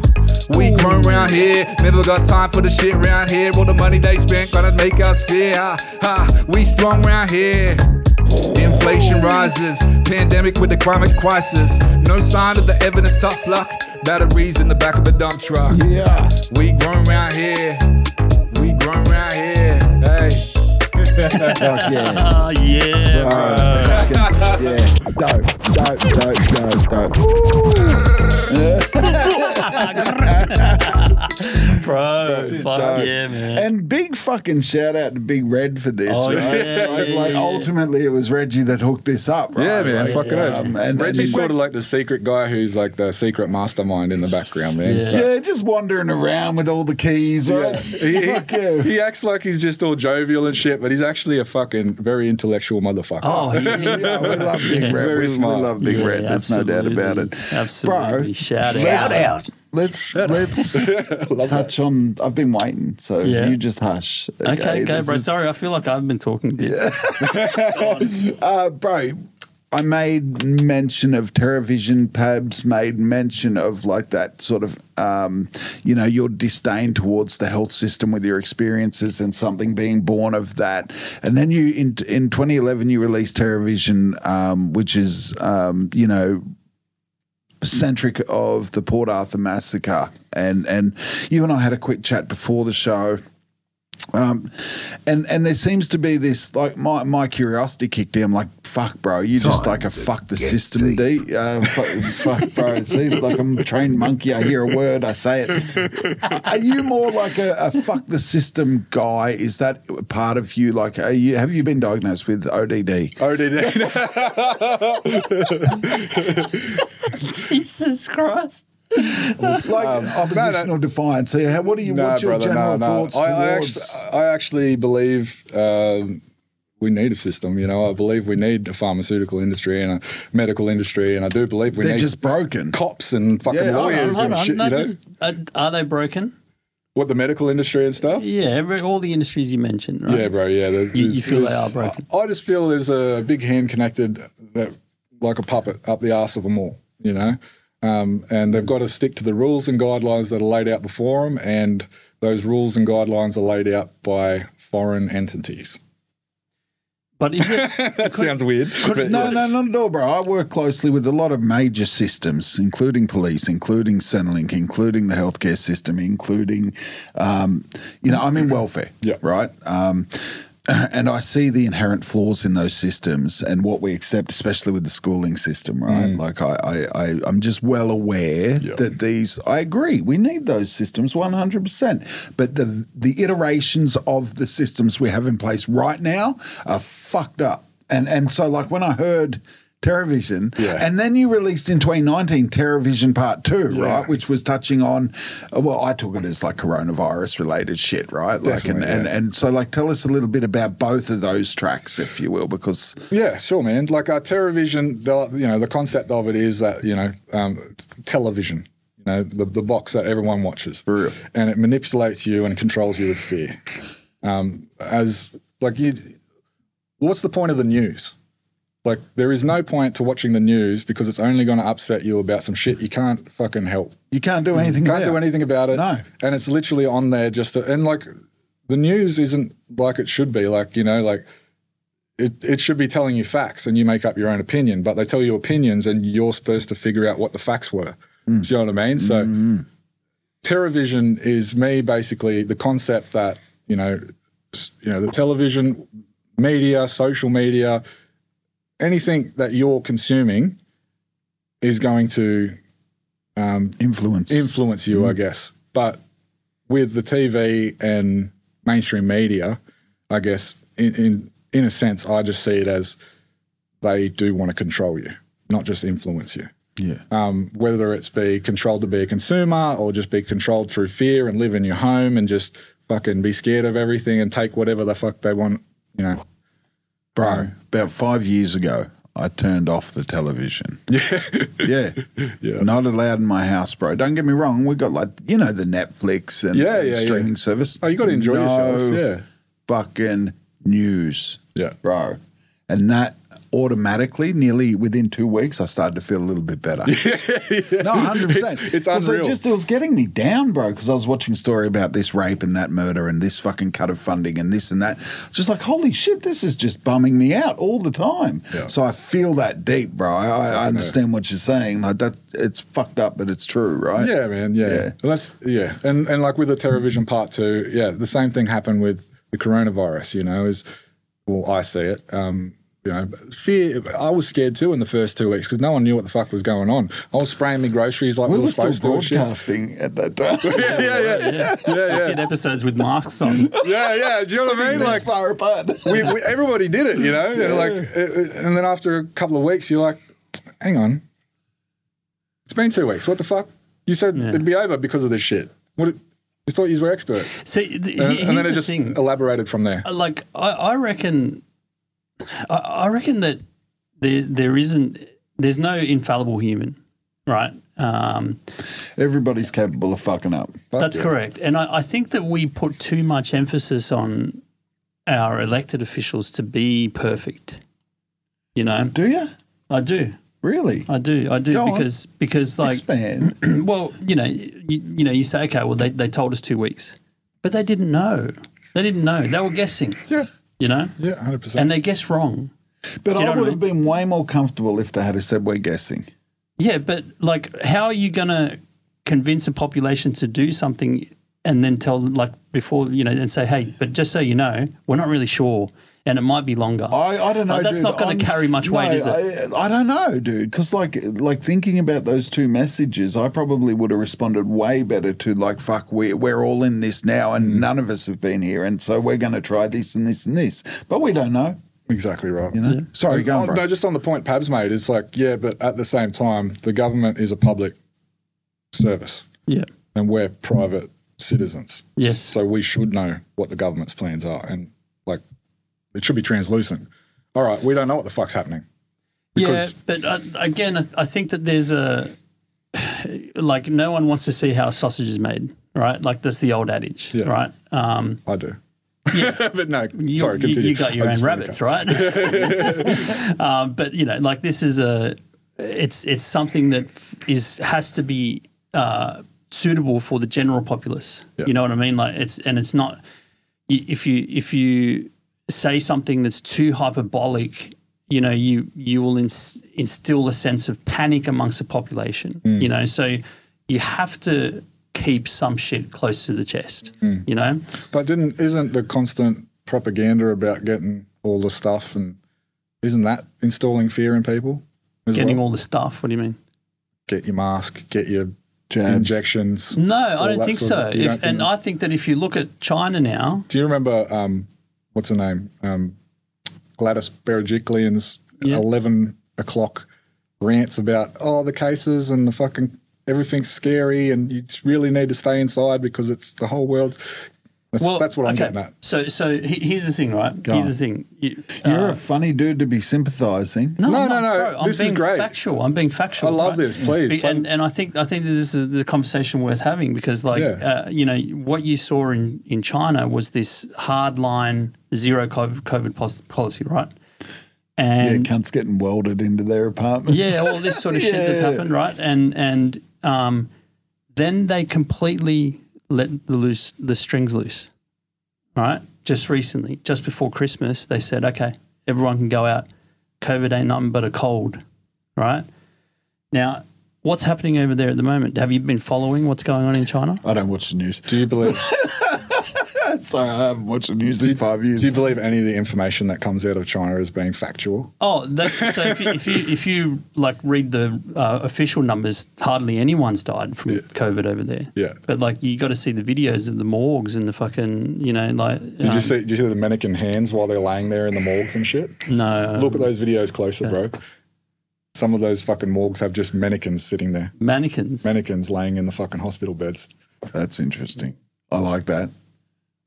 Speaker 6: We grown round here, never got time for the shit round here. All the money they spent gonna make us fear. Ha, ha. We strong round here. Inflation rises, pandemic with the climate crisis. No sign of the evidence, tough luck. Batteries in the back of a dump truck.
Speaker 2: Yeah.
Speaker 6: We grown round here. We grown round here. Hey.
Speaker 2: Fuck yeah.
Speaker 3: Oh, yeah.
Speaker 2: Fucking- yeah. Dope. Dope. Dope. Dope. Dope.
Speaker 3: Bro, fuck
Speaker 2: Dope.
Speaker 3: yeah, man.
Speaker 2: And big fucking shout out to Big Red for this,
Speaker 3: Oh,
Speaker 2: right?
Speaker 3: yeah,
Speaker 2: like,
Speaker 3: yeah,
Speaker 2: like
Speaker 3: yeah.
Speaker 2: ultimately it was Reggie that hooked this up, right?
Speaker 1: Yeah, man,
Speaker 2: Like,
Speaker 1: fucking oath.
Speaker 2: um, and,
Speaker 1: Reggie's
Speaker 2: and-
Speaker 1: sort of like the secret guy who's like the secret mastermind in the background, man.
Speaker 3: Yeah.
Speaker 2: yeah, just wandering around with all the keys, right?
Speaker 1: He, he-
Speaker 2: Fuck yeah.
Speaker 1: he acts like he's just all jovial and shit, but he's actually a fucking very intellectual motherfucker.
Speaker 3: Oh, he is.
Speaker 2: Yeah, we love Big Red.
Speaker 1: Very
Speaker 2: We, we
Speaker 1: smart.
Speaker 2: love Big
Speaker 3: Yeah,
Speaker 2: Red. There's no doubt about it.
Speaker 3: absolutely. Absolutely. Shout out.
Speaker 2: let's-
Speaker 3: Shout
Speaker 2: Let's let's touch on. I've been waiting, so
Speaker 3: Yeah.
Speaker 2: you just hush.
Speaker 3: Okay, go,
Speaker 2: this
Speaker 3: bro.
Speaker 2: is-
Speaker 3: Sorry, I feel like I've been talking. Yeah.
Speaker 2: Uh, bro, I made mention of TerraVision. Pabs made mention of like that sort of, um, you know, your disdain towards the health system with your experiences and something being born of that. And then you in in 2011 you released TerraVision, um, which is um, you know centric of the Port Arthur massacre. And and you and I had a quick chat before the show. Um, and and there seems to be this like my, my curiosity kicked in. I'm like, fuck, bro, you just like a fuck the system, deep. Uh, fuck, fuck, bro. See, like I'm a trained monkey. I hear a word, I say it. Are you more like a, a fuck the system guy? Is that part of you? Like, are you have you been diagnosed with ODD?
Speaker 1: Oh, ODD.
Speaker 3: Jesus Christ.
Speaker 2: like
Speaker 1: Um,
Speaker 2: oppositional defiance. So how, what do you? what's your general thoughts
Speaker 1: I, I,
Speaker 2: towards?
Speaker 1: actually, I actually believe um, we need a system. You know, I believe we need a pharmaceutical industry and a medical industry, and I do believe we
Speaker 2: they're
Speaker 1: need
Speaker 2: just broken.
Speaker 1: cops and fucking
Speaker 2: Yeah, oh, hold on,
Speaker 1: lawyers
Speaker 3: Hold
Speaker 1: and
Speaker 3: on.
Speaker 1: shit.
Speaker 3: No,
Speaker 1: you know,
Speaker 3: just, uh, are they broken?
Speaker 1: what the medical industry and stuff.
Speaker 3: Yeah, every, all the industries you mentioned, right?
Speaker 1: Yeah, bro. Yeah, there's,
Speaker 3: Um, You- you
Speaker 1: there's-
Speaker 3: feel they
Speaker 1: there's-
Speaker 3: are broken.
Speaker 1: I I just feel there's a big hand connected, that, like a puppet, up the arse of them all. You know, um, and they've got to stick to the rules and guidelines that are laid out before them, and those rules and guidelines are laid out by foreign entities.
Speaker 3: But is it,
Speaker 1: That sounds weird. but
Speaker 2: No,
Speaker 1: yeah.
Speaker 2: no, not at all, bro. I work closely with a lot of major systems, including police, including Centrelink, including the healthcare system, including, um, you know, I'm in welfare,
Speaker 1: Yeah.
Speaker 2: right? Um, and I see the inherent flaws in those systems and what we accept, especially with the schooling system, right?
Speaker 1: Mm.
Speaker 2: Like I, I, I, I'm just well aware that these. I agree, we need those systems 100, percent but the the iterations of the systems we have in place right now are fucked up. And and so like when I heard TerraVision, and then you released in 2019 TerraVision Part Two, right, which was touching on, uh, well, I took it as like coronavirus related shit, right? Like and, and and so like tell us a little bit about both of those tracks, if you will, because
Speaker 1: Yeah, sure, man. Like our TerraVision, the, you know, the concept of it is that you know, um, television, you know, the, the box that everyone watches,
Speaker 2: real.
Speaker 1: and it manipulates you and controls you with fear. Um, as like you, what's the point of the news? Like there is no point to watching the news because it's only going to upset you about some shit you can't fucking help.
Speaker 2: you can't do anything.
Speaker 1: Can't
Speaker 2: about
Speaker 1: do
Speaker 2: it.
Speaker 1: anything about it.
Speaker 2: No.
Speaker 1: And it's literally on there just to, and like the news isn't like it should be. Like, you know, like it, it should be telling you facts and you make up your own opinion, but they tell you opinions and you're supposed to figure out what the facts were. Do you know what I mean? So TerraVision is me basically the concept that, you know, s- you know, the television, media, social media, anything that you're consuming is going to
Speaker 2: Influence. Mm-hmm.
Speaker 1: influence you, I guess. But with the TV and mainstream media, I guess in, in in a sense, I just see it as they do want to control you, not just influence you.
Speaker 2: yeah.
Speaker 1: Um, whether it's be controlled to be a consumer or just be controlled through fear and live in your home and just fucking be scared of everything and take whatever the fuck they want, you know.
Speaker 2: Bro, about five years ago, I turned off the television. Yeah. yeah. Not allowed in my house, bro. Don't get me wrong. We've got like, you know, the Netflix and,
Speaker 1: Yeah, Oh,
Speaker 2: and
Speaker 1: yeah, yeah.
Speaker 2: streaming service.
Speaker 1: Oh, you got to enjoy
Speaker 2: No
Speaker 1: yourself. Yeah.
Speaker 2: Fucking news,
Speaker 1: Yeah.
Speaker 2: bro. And that automatically, nearly within two weeks, I started to feel a little bit better. No, hundred percent.
Speaker 1: It's- it's
Speaker 2: I
Speaker 1: unreal.
Speaker 2: just it was getting me down, bro. Because I was watching a story about this rape and that murder and this fucking cut of funding and this and that. Just like holy shit, this is just bumming me out all the time.
Speaker 1: Yeah.
Speaker 2: So I feel that deep, bro. I, I, I understand what you're saying. Like that, it's fucked up, but it's true, right?
Speaker 1: Yeah, man. Yeah.
Speaker 2: Yeah.
Speaker 1: And that's yeah. And and like with the TerraVision part two, yeah, the same thing happened with the coronavirus, you know, is well, I see it. Um, you know, fear. I was scared too in the first two weeks because no one knew what the fuck was going on. I was spraying me groceries like we,
Speaker 2: We
Speaker 1: were
Speaker 2: were still
Speaker 1: supposed to. and shit.
Speaker 2: broadcasting at that time.
Speaker 1: Yeah, yeah, yeah,
Speaker 3: Yeah.
Speaker 1: yeah,
Speaker 3: I
Speaker 1: yeah,
Speaker 3: did episodes with masks on.
Speaker 1: yeah, yeah. Do you know what I mean? Like,
Speaker 2: far apart.
Speaker 1: we, we, everybody did it, you know. And like, it- it- and then after a couple of weeks, you're like, hang on, it's been two weeks. What the fuck? You said it'd be over because of this shit. What? You thought you were experts,
Speaker 3: So th- he-
Speaker 1: and,
Speaker 3: here's
Speaker 1: Uh, and then it
Speaker 3: the
Speaker 1: just
Speaker 3: thing.
Speaker 1: elaborated from there.
Speaker 3: Uh, like I, I reckon I, I reckon that there there isn't there's no infallible human, right? Um,
Speaker 2: Everybody's capable of fucking up.
Speaker 3: that's correct. And I, I think that we put too much emphasis on our elected officials to be perfect. You know?
Speaker 2: Do you
Speaker 3: I do.
Speaker 2: really?
Speaker 3: I do. I do
Speaker 2: Go on.
Speaker 3: because because like
Speaker 2: Expand.
Speaker 3: well, you know, you, you know, you say, okay, well, they, they told us two weeks, but they didn't know. They didn't know. They were guessing.
Speaker 1: Yeah.
Speaker 3: You know,
Speaker 1: Yeah, hundred percent.
Speaker 3: and they guess wrong.
Speaker 2: But
Speaker 3: Do you know
Speaker 2: I
Speaker 3: what I
Speaker 2: would have been way more comfortable if they had said we're guessing.
Speaker 3: Yeah, but like, how are you going to convince a population to do something and then tell them, like, before, you know, and say, hey, but just so you know, we're not really sure and it might be longer?
Speaker 2: I, I don't know.
Speaker 3: Like, that's
Speaker 2: dude.
Speaker 3: not going
Speaker 2: I'm-
Speaker 3: to carry much
Speaker 2: no,
Speaker 3: weight, is it?
Speaker 2: I, I don't know, dude. Because like, like thinking about those two messages, I probably would have responded way better to like, "Fuck, we we're all in this now, and
Speaker 3: Mm.
Speaker 2: none of us have been here, and so we're going to try this and this and this, but we don't know."
Speaker 1: Exactly right.
Speaker 2: You know? Sorry, go on,
Speaker 1: Oh,
Speaker 2: bro.
Speaker 1: no, just on the point Pabs made, it's like, yeah, but at the same time, the government is a public service
Speaker 3: yeah.
Speaker 1: and we're private citizens.
Speaker 3: Yes.
Speaker 1: So we should know what the government's plans are and like it should be translucent. All right, we don't know what the fuck's happening. Because-
Speaker 3: yeah, but uh, again, I- I think that there's a like no one wants to see how a sausage is made, right? Like that's the old adage,
Speaker 1: Yeah.
Speaker 3: right? Um,
Speaker 1: I do. but no,
Speaker 3: you,
Speaker 1: sorry,
Speaker 3: you,
Speaker 1: continue.
Speaker 3: you got your
Speaker 1: I
Speaker 3: own
Speaker 1: just wanted to
Speaker 3: rabbits, right? um, but you know, like this is a, it's it's something that f- is has to be uh, suitable for the general populace. You know what I mean? Like it's and it's not y- if you if you say something that's too hyperbolic, you know, you you will ins- instill a sense of panic amongst the population.
Speaker 1: Mm.
Speaker 3: You know, so you have to keep some shit close to the chest.
Speaker 1: Mm.
Speaker 3: You know.
Speaker 1: But didn't isn't the constant propaganda about getting all the stuff and isn't that installing fear in people? as
Speaker 3: Getting
Speaker 1: well?
Speaker 3: all the stuff. What do you mean?
Speaker 1: get your mask, get your
Speaker 2: Jabs.
Speaker 1: injections.
Speaker 3: No,
Speaker 1: all
Speaker 3: I don't
Speaker 1: that
Speaker 3: think
Speaker 1: sort
Speaker 3: so.
Speaker 1: of- you
Speaker 3: If,
Speaker 1: don't think
Speaker 3: and
Speaker 1: that-
Speaker 3: I think that if you look at China now,
Speaker 1: Do you remember um, what's her name? Um, Gladys Berejiklian's
Speaker 3: Yeah.
Speaker 1: eleven o'clock rants about oh the cases and the fucking everything's scary and you just really need to stay inside because it's the whole world. That's, that's what I'm
Speaker 3: okay.
Speaker 1: getting at.
Speaker 3: So, so he- here's the thing, right? here's
Speaker 2: on.
Speaker 3: the thing. You,
Speaker 2: You're
Speaker 3: uh,
Speaker 2: a funny dude to be sympathising.
Speaker 3: no,
Speaker 1: No,
Speaker 3: I'm
Speaker 1: no,
Speaker 3: not,
Speaker 1: no,
Speaker 3: bro. I'm
Speaker 1: this is
Speaker 3: being
Speaker 1: great.
Speaker 3: Factual. I'm being factual.
Speaker 1: I love
Speaker 3: right?
Speaker 1: this, please,
Speaker 3: Be- And,
Speaker 1: please.
Speaker 3: and I think I think that this is the conversation worth having because, like,
Speaker 1: Yeah.
Speaker 3: uh, you know, what you saw in, in China was this hardline zero COVID, COVID pos- policy, right?
Speaker 2: Yeah,
Speaker 3: And
Speaker 2: cunts getting welded into their apartments.
Speaker 3: Yeah, all this sort of shit that's happened, right? And and um, then they completely let the loose the strings loose, right? Just recently, just before Christmas, they said, okay, everyone can go out. COVID ain't nothing but a cold, right? Now, what's happening over there at the moment? Have you been following what's going on in China?
Speaker 2: I don't watch the news.
Speaker 1: Do you believe?
Speaker 2: Sorry, I haven't watched the news in five years.
Speaker 1: do you believe any of the information that comes out of China is being factual?
Speaker 3: Oh, that, so if you, if you if you like read the uh, official numbers, hardly anyone's died from COVID over there.
Speaker 1: Yeah.
Speaker 3: But like you got to see the videos of the morgues and the fucking you know like. uh,
Speaker 1: Did you see? Did you see the mannequin hands while they're laying there in the morgues and shit?
Speaker 3: No,
Speaker 1: Look at those videos closer, bro. Some of those fucking morgues have just mannequins sitting there.
Speaker 3: mannequins.
Speaker 1: Mannequins laying in the fucking hospital beds.
Speaker 2: That's interesting. I like that.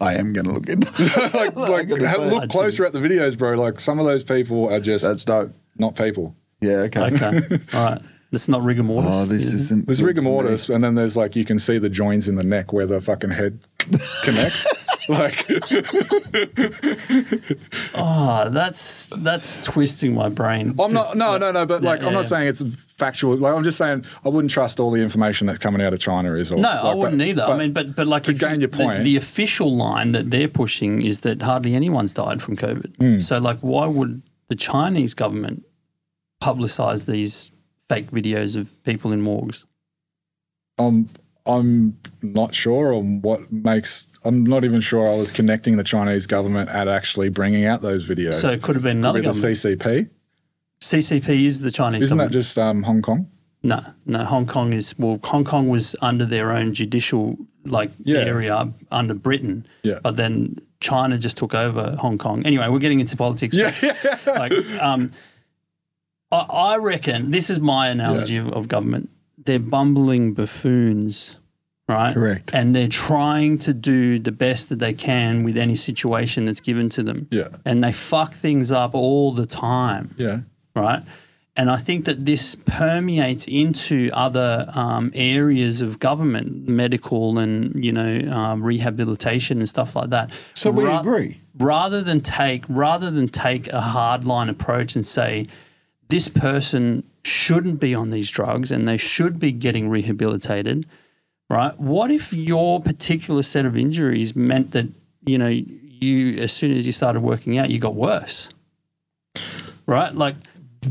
Speaker 2: I am going to look into
Speaker 1: like, like
Speaker 2: goodness,
Speaker 1: have-
Speaker 2: I-
Speaker 1: look closer at the videos, bro. Like, some of those people are just
Speaker 2: That's dope.
Speaker 1: not people.
Speaker 2: Yeah, okay.
Speaker 3: okay, all right. That's not rigor mortis.
Speaker 2: Oh, this
Speaker 3: is it?
Speaker 2: isn't.
Speaker 1: There's
Speaker 2: good
Speaker 1: rigor
Speaker 2: for me.
Speaker 1: mortis, and then there's like, you can see the joints in the neck where the fucking head connects. Like,
Speaker 3: Oh, that's that's twisting my brain.
Speaker 1: I'm not,
Speaker 3: 'Cause-
Speaker 1: no, no, no, but like,
Speaker 3: Yeah,
Speaker 1: I'm
Speaker 3: yeah.
Speaker 1: not saying it's factual. Like, I'm just saying I wouldn't trust all the information that's coming out of China, is all.
Speaker 3: No,
Speaker 1: Like,
Speaker 3: I
Speaker 1: but-
Speaker 3: wouldn't either.
Speaker 1: but
Speaker 3: I mean, but but like
Speaker 1: to
Speaker 3: if
Speaker 1: gain your
Speaker 3: the-
Speaker 1: point-
Speaker 3: the, official line that they're pushing is that hardly anyone's died from COVID.
Speaker 1: Hmm.
Speaker 3: So like, why would the Chinese government publicise these fake videos of people in morgues?
Speaker 1: I'm, I'm not sure on what makes. I'm not even sure I was connecting the Chinese government at actually bringing out those videos.
Speaker 3: So it could have been another
Speaker 1: with the
Speaker 3: government.
Speaker 1: CCP,
Speaker 3: CCP is the Chinese
Speaker 1: isn't that
Speaker 3: government.
Speaker 1: just um, Hong Kong?
Speaker 3: No, no. Hong Kong is well. Hong Kong was under their own judicial like
Speaker 1: Yeah.
Speaker 3: area under Britain.
Speaker 1: Yeah.
Speaker 3: But then China just took over Hong Kong. Anyway, we're getting into politics. but, like, um, I, I reckon this is my analogy of, of government. They're bumbling buffoons, right?
Speaker 2: Correct.
Speaker 3: And they're trying to do the best that they can with any situation that's given to them.
Speaker 1: Yeah.
Speaker 3: And they fuck things up all the time
Speaker 1: Yeah.
Speaker 3: right? And I think that this permeates into other um, areas of government, medical and you know um, rehabilitation and stuff like that.
Speaker 2: So we
Speaker 3: Ra-
Speaker 2: agree.
Speaker 3: Rather than take rather than take a hardline approach and say this person shouldn't be on these drugs and they should be getting rehabilitated, right? What if your particular set of injuries meant that you know you as soon as you started working out you got worse, right? Like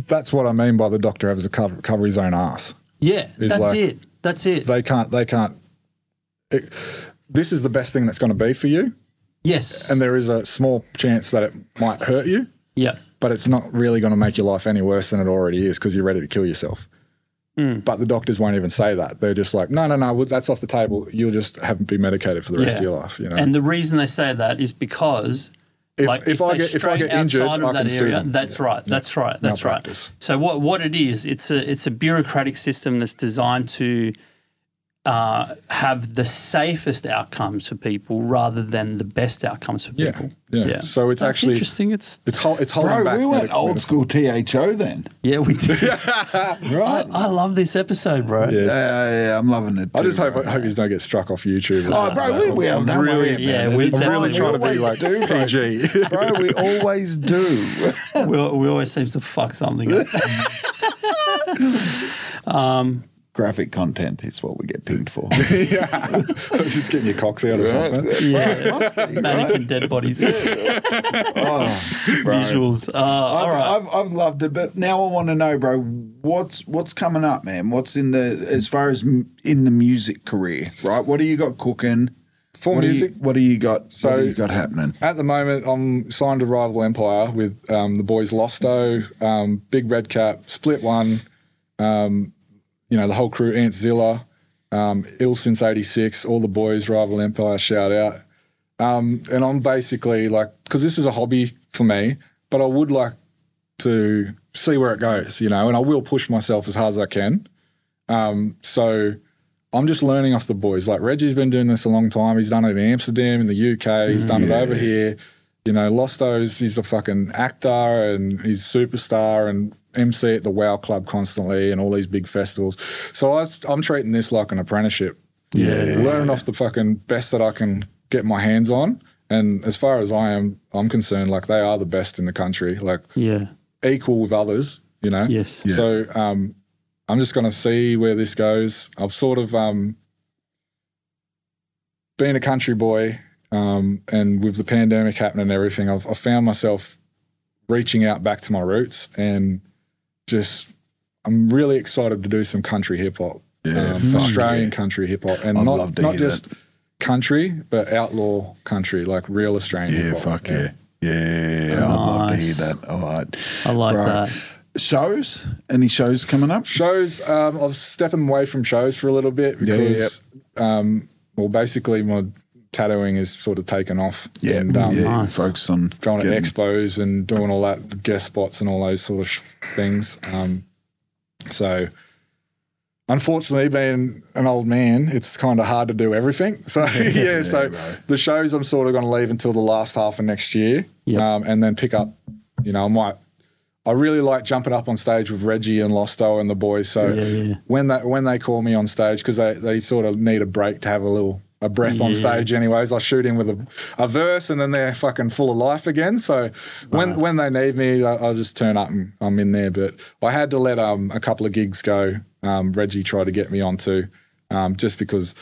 Speaker 1: That's what I mean by the doctor has to cover, cover his own ass.
Speaker 3: Yeah,
Speaker 1: is
Speaker 3: that's
Speaker 1: like-
Speaker 3: it. That's it.
Speaker 1: They can't. They can't. It, this is the best thing that's going to be for you,
Speaker 3: yes.
Speaker 1: and there is a small chance that it might hurt you,
Speaker 3: yeah.
Speaker 1: but it's not really going to make your life any worse than it already is because you're ready to kill yourself.
Speaker 2: Hmm.
Speaker 1: But the doctors won't even say that. They're just like, no, no, no, well, that's off the table. You'll just have to be medicated for the rest
Speaker 3: Yeah.
Speaker 1: of your life. You know,
Speaker 3: And the reason they say that is because
Speaker 1: if,
Speaker 3: like
Speaker 1: if, I get if I
Speaker 3: stray
Speaker 1: get
Speaker 3: outside
Speaker 1: injured,
Speaker 3: of
Speaker 1: I
Speaker 3: that
Speaker 1: can sue
Speaker 3: area,
Speaker 1: them.
Speaker 3: that's right. That's right. That's right.
Speaker 1: Malpractice.
Speaker 3: So what what it is, it's a it's a bureaucratic system that's designed to uh, have the safest outcomes for people rather than the best outcomes for
Speaker 1: Yeah,
Speaker 3: people.
Speaker 1: yeah. So it's
Speaker 3: That's
Speaker 1: actually-
Speaker 3: interesting. It's
Speaker 1: It's hol- it's holding
Speaker 2: Bro,
Speaker 1: back.
Speaker 2: we went
Speaker 1: medical
Speaker 2: old
Speaker 1: medicine.
Speaker 2: school THO then,
Speaker 3: yeah, we do.
Speaker 2: right?
Speaker 3: I love this episode, bro.
Speaker 1: Yes.
Speaker 2: Yeah, yeah, I'm loving it.
Speaker 1: I
Speaker 2: too,
Speaker 1: just hope
Speaker 2: bro.
Speaker 1: I hope he's don't get struck off YouTube. or
Speaker 2: Oh,
Speaker 1: something.
Speaker 2: bro, we will. Don't
Speaker 1: really-
Speaker 2: worry about
Speaker 3: yeah,
Speaker 2: it.
Speaker 3: we
Speaker 2: It's
Speaker 1: I'm really trying to
Speaker 2: fine.
Speaker 3: definitely
Speaker 1: be
Speaker 2: always
Speaker 1: like
Speaker 2: do, bro.
Speaker 1: PG.
Speaker 2: bro, we always do.
Speaker 3: We, we always seems to fuck something up.
Speaker 2: Graphic content is what we get pinged for.
Speaker 1: yeah, just getting your cocks out or something.
Speaker 2: yeah, must be, right?
Speaker 3: Mannequin dead bodies.
Speaker 2: Oh, bro.
Speaker 3: Visuals. Uh, all
Speaker 2: I've,
Speaker 3: right.
Speaker 2: I've, I've loved it, but now I want to know, bro, what's what's coming up, man? What's in the as far as m- in the music career, right? What do you got cooking?
Speaker 1: For
Speaker 2: what
Speaker 1: music,
Speaker 2: do you, what do you got?
Speaker 1: So- um,
Speaker 2: what do you got happening?
Speaker 1: At the moment, I'm signed to Rival Empire with um, the boys Losto, um, Big Red Cap, Split One, um, you know, the whole crew, Ant Zilla, um, Ill Since 86, all the boys, Rival Empire, shout out. Um, and I'm basically like, because this is a hobby for me, but I would like to see where it goes, you know, and I will push myself as hard as I can. Um, so I'm just learning off the boys. Like Reggie's been doing this a long time. He's done it in Amsterdam, in the UK. He's done it over here. You know, Losto's he's a fucking actor and he's superstar and MC at the Wow Club constantly and all these big festivals. So I, was- I'm treating this like an apprenticeship. Yeah, learning off the fucking best that I can get my hands on. And as far as I am, I'm concerned, like they are the best in the country. Like
Speaker 3: yeah.
Speaker 1: equal with others, you know.
Speaker 3: Yes.
Speaker 1: So um, I'm just going to see where this goes. I've sort of um, been a country boy, um, and with the pandemic happening and everything, I've I found myself reaching out back to my roots, and just I'm really excited to do some country hip hop,
Speaker 2: Yeah,
Speaker 1: um,
Speaker 2: fuck
Speaker 1: Australian
Speaker 2: yeah.
Speaker 1: country hip hop, and
Speaker 2: I'd
Speaker 1: not
Speaker 2: love to
Speaker 1: not
Speaker 2: hear
Speaker 1: just country, but outlaw country, like real Australian.
Speaker 2: Yeah,
Speaker 1: hip-hop.
Speaker 2: fuck yeah. Yeah, I'd love to hear
Speaker 3: Nice.
Speaker 2: that. All right.
Speaker 3: I like that.
Speaker 2: Shows? Any shows coming up?
Speaker 1: shows um, I've stepping away from shows for a little bit
Speaker 2: Yeah,
Speaker 1: because
Speaker 2: yeah,
Speaker 1: Um, well basically my tattooing is sort of taken off
Speaker 2: Yeah,
Speaker 1: and um,
Speaker 2: yeah.
Speaker 3: Nice.
Speaker 2: Focus on
Speaker 1: going to
Speaker 2: getting-
Speaker 1: expos and doing all that guest spots and all those sort of sh- things um, so unfortunately being an old man it's kind of hard to do everything so yeah, so the shows I'm sort of going to leave until the last half of next year
Speaker 3: Yep.
Speaker 1: um, and then pick up you know I might I really like jumping up on stage with Reggie and Losto and the boys. So
Speaker 3: Yeah, yeah.
Speaker 1: when that when they call me on stage because they, they sort of need a break to have a little a breath on
Speaker 3: Yeah.
Speaker 1: stage anyways. I shoot in with a, a verse and then they're fucking full of life again. So when when they need me, I, I'll just turn up and I'm in there. But I had to let um, a couple of gigs go. Um, Reggie tried to get me onto um, just because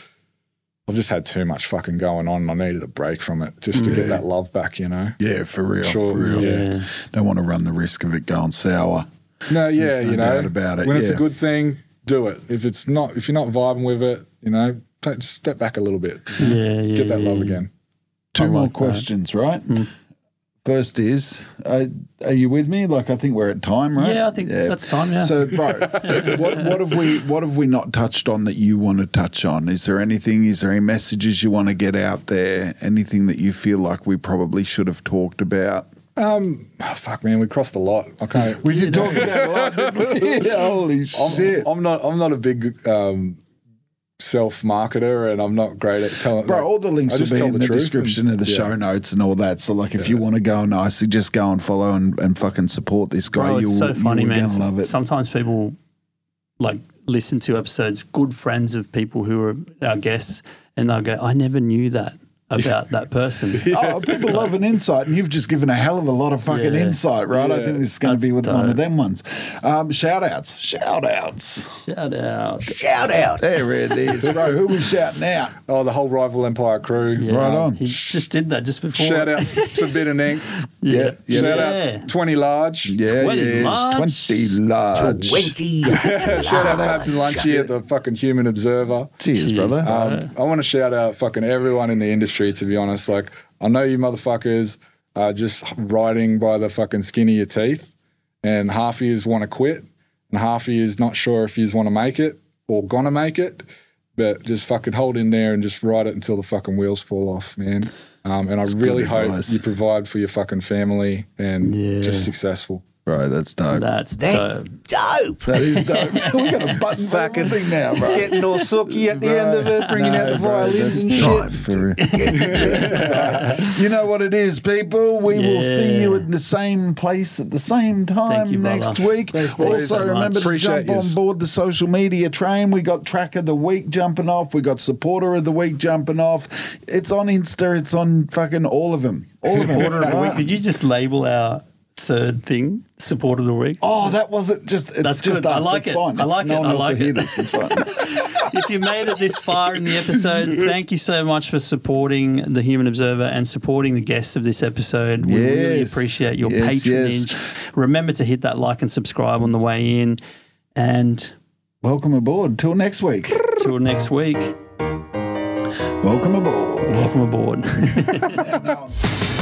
Speaker 1: I've just had too much fucking going on. and I needed a break from it just to get that love back, you know?
Speaker 2: Yeah, for real.
Speaker 1: Sure,
Speaker 2: for real.
Speaker 1: yeah.
Speaker 2: Don't want to run the risk of it going sour.
Speaker 1: No, yeah,
Speaker 2: There's no
Speaker 1: you know,
Speaker 2: doubt about it,
Speaker 1: when it's a
Speaker 2: yeah.
Speaker 1: good thing, do it. If it's not, if you're not vibing with it, you know, ta- just step back a little bit,
Speaker 3: Yeah, yeah.
Speaker 1: get that
Speaker 3: yeah.
Speaker 1: love again.
Speaker 2: Two more
Speaker 3: like that.
Speaker 2: questions, right? First is, uh, are you with me? Like, I think we're at time, right?
Speaker 3: Yeah, I think that's time, yeah.
Speaker 2: So, bro, what, what have we what have we not touched on that you want to touch on? Is there anything? Is there any messages you want to get out there? Anything that you feel like we probably should have talked about?
Speaker 1: Oh, fuck, man, we crossed a lot. Okay,
Speaker 2: We did talk about a lot, didn't we? Yeah, holy shit,
Speaker 1: I'm not. I'm not a big um, self marketer, and I'm not great at telling.
Speaker 2: bro!
Speaker 1: like,
Speaker 2: All the
Speaker 1: I
Speaker 2: links will
Speaker 1: just
Speaker 2: be
Speaker 1: tell
Speaker 2: in the
Speaker 1: truth
Speaker 2: description
Speaker 1: and-
Speaker 2: of the
Speaker 1: yeah.
Speaker 2: show notes and all that. So, like, if you want to go and I suggest go and follow and, and fucking support this guy,
Speaker 3: Bro,
Speaker 2: you'll
Speaker 3: Oh, it's so funny,
Speaker 2: you're
Speaker 3: man.
Speaker 2: gonna love it.
Speaker 3: Sometimes people like listen to episodes, good friends of people who are our guests, and they'll go, "I never knew that about that person."
Speaker 2: Oh, people love an insight, and you've just given a hell of a lot of fucking
Speaker 3: Yeah.
Speaker 2: insight, right? I
Speaker 1: Yeah.
Speaker 2: think this is going to
Speaker 3: That's
Speaker 2: be with one of
Speaker 3: dope.
Speaker 2: them ones. Um, shout outs, shout outs,
Speaker 3: Shout out!
Speaker 2: shout out. There it is, bro. Who we shouting out?
Speaker 1: Oh, the whole rival empire crew.
Speaker 3: Yeah,
Speaker 2: Right on.
Speaker 3: He just did that just before.
Speaker 1: Shout out Forbidden Ink.
Speaker 2: Yeah, yeah,
Speaker 1: Shout
Speaker 3: Yeah.
Speaker 1: out Twenty Large.
Speaker 2: yeah.
Speaker 3: 20
Speaker 2: yes,
Speaker 3: large.
Speaker 2: twenty large.
Speaker 1: Shout out Labs and Lunchy at the fucking Human Observer.
Speaker 2: Cheers, brother.
Speaker 1: Um, I want to shout out fucking everyone in the industry, to be honest. Like, I know you motherfuckers are just riding by the fucking skin of your teeth, and half of yous want to quit, and half of yous not sure if yous want to make it or gonna make it. But just fucking hold in there and just ride it until the fucking wheels fall off, man. Um, and I really hope
Speaker 2: advice.
Speaker 1: you provide for your fucking family and
Speaker 3: Yeah.
Speaker 1: just successful.
Speaker 2: bro, that's dope.
Speaker 3: That's, dope.
Speaker 2: That is dope. we got a button for everything now, bro. Getting all sooky at the end of it, bringing out the violins and shit. you know what it is, people. We will see you
Speaker 3: Yeah.
Speaker 2: at the same place at the same time
Speaker 3: you, brother.
Speaker 2: next week.
Speaker 3: boys,
Speaker 2: also,
Speaker 3: so much.
Speaker 2: remember to
Speaker 1: Appreciate
Speaker 2: jump on
Speaker 1: yous.
Speaker 2: board the social media train. We got track of the week jumping off. We got supporter of the week jumping off. It's on Insta. It's on fucking all of them. All of them.
Speaker 3: Supporter of the week. Did you just label our third thing? Supporter of the week.
Speaker 2: Oh, that wasn't just. It's
Speaker 3: That's
Speaker 2: just
Speaker 3: good. I
Speaker 2: us.
Speaker 3: like
Speaker 2: it's
Speaker 3: it.
Speaker 2: fine.
Speaker 3: I
Speaker 2: It's-
Speaker 3: like
Speaker 2: no
Speaker 3: it.
Speaker 2: one
Speaker 3: I
Speaker 2: else
Speaker 3: like
Speaker 2: will hear
Speaker 3: it.
Speaker 2: this. It's fine.
Speaker 3: if you made it this far in the episode, thank you so much for supporting the Human Observer and supporting the guests of this episode. We really
Speaker 2: Yes.
Speaker 3: appreciate your
Speaker 2: Yes,
Speaker 3: patronage. Remember to hit that like and subscribe on the way in. And
Speaker 2: Welcome aboard. Till next week.
Speaker 3: till next week,
Speaker 2: Welcome aboard.
Speaker 3: welcome aboard.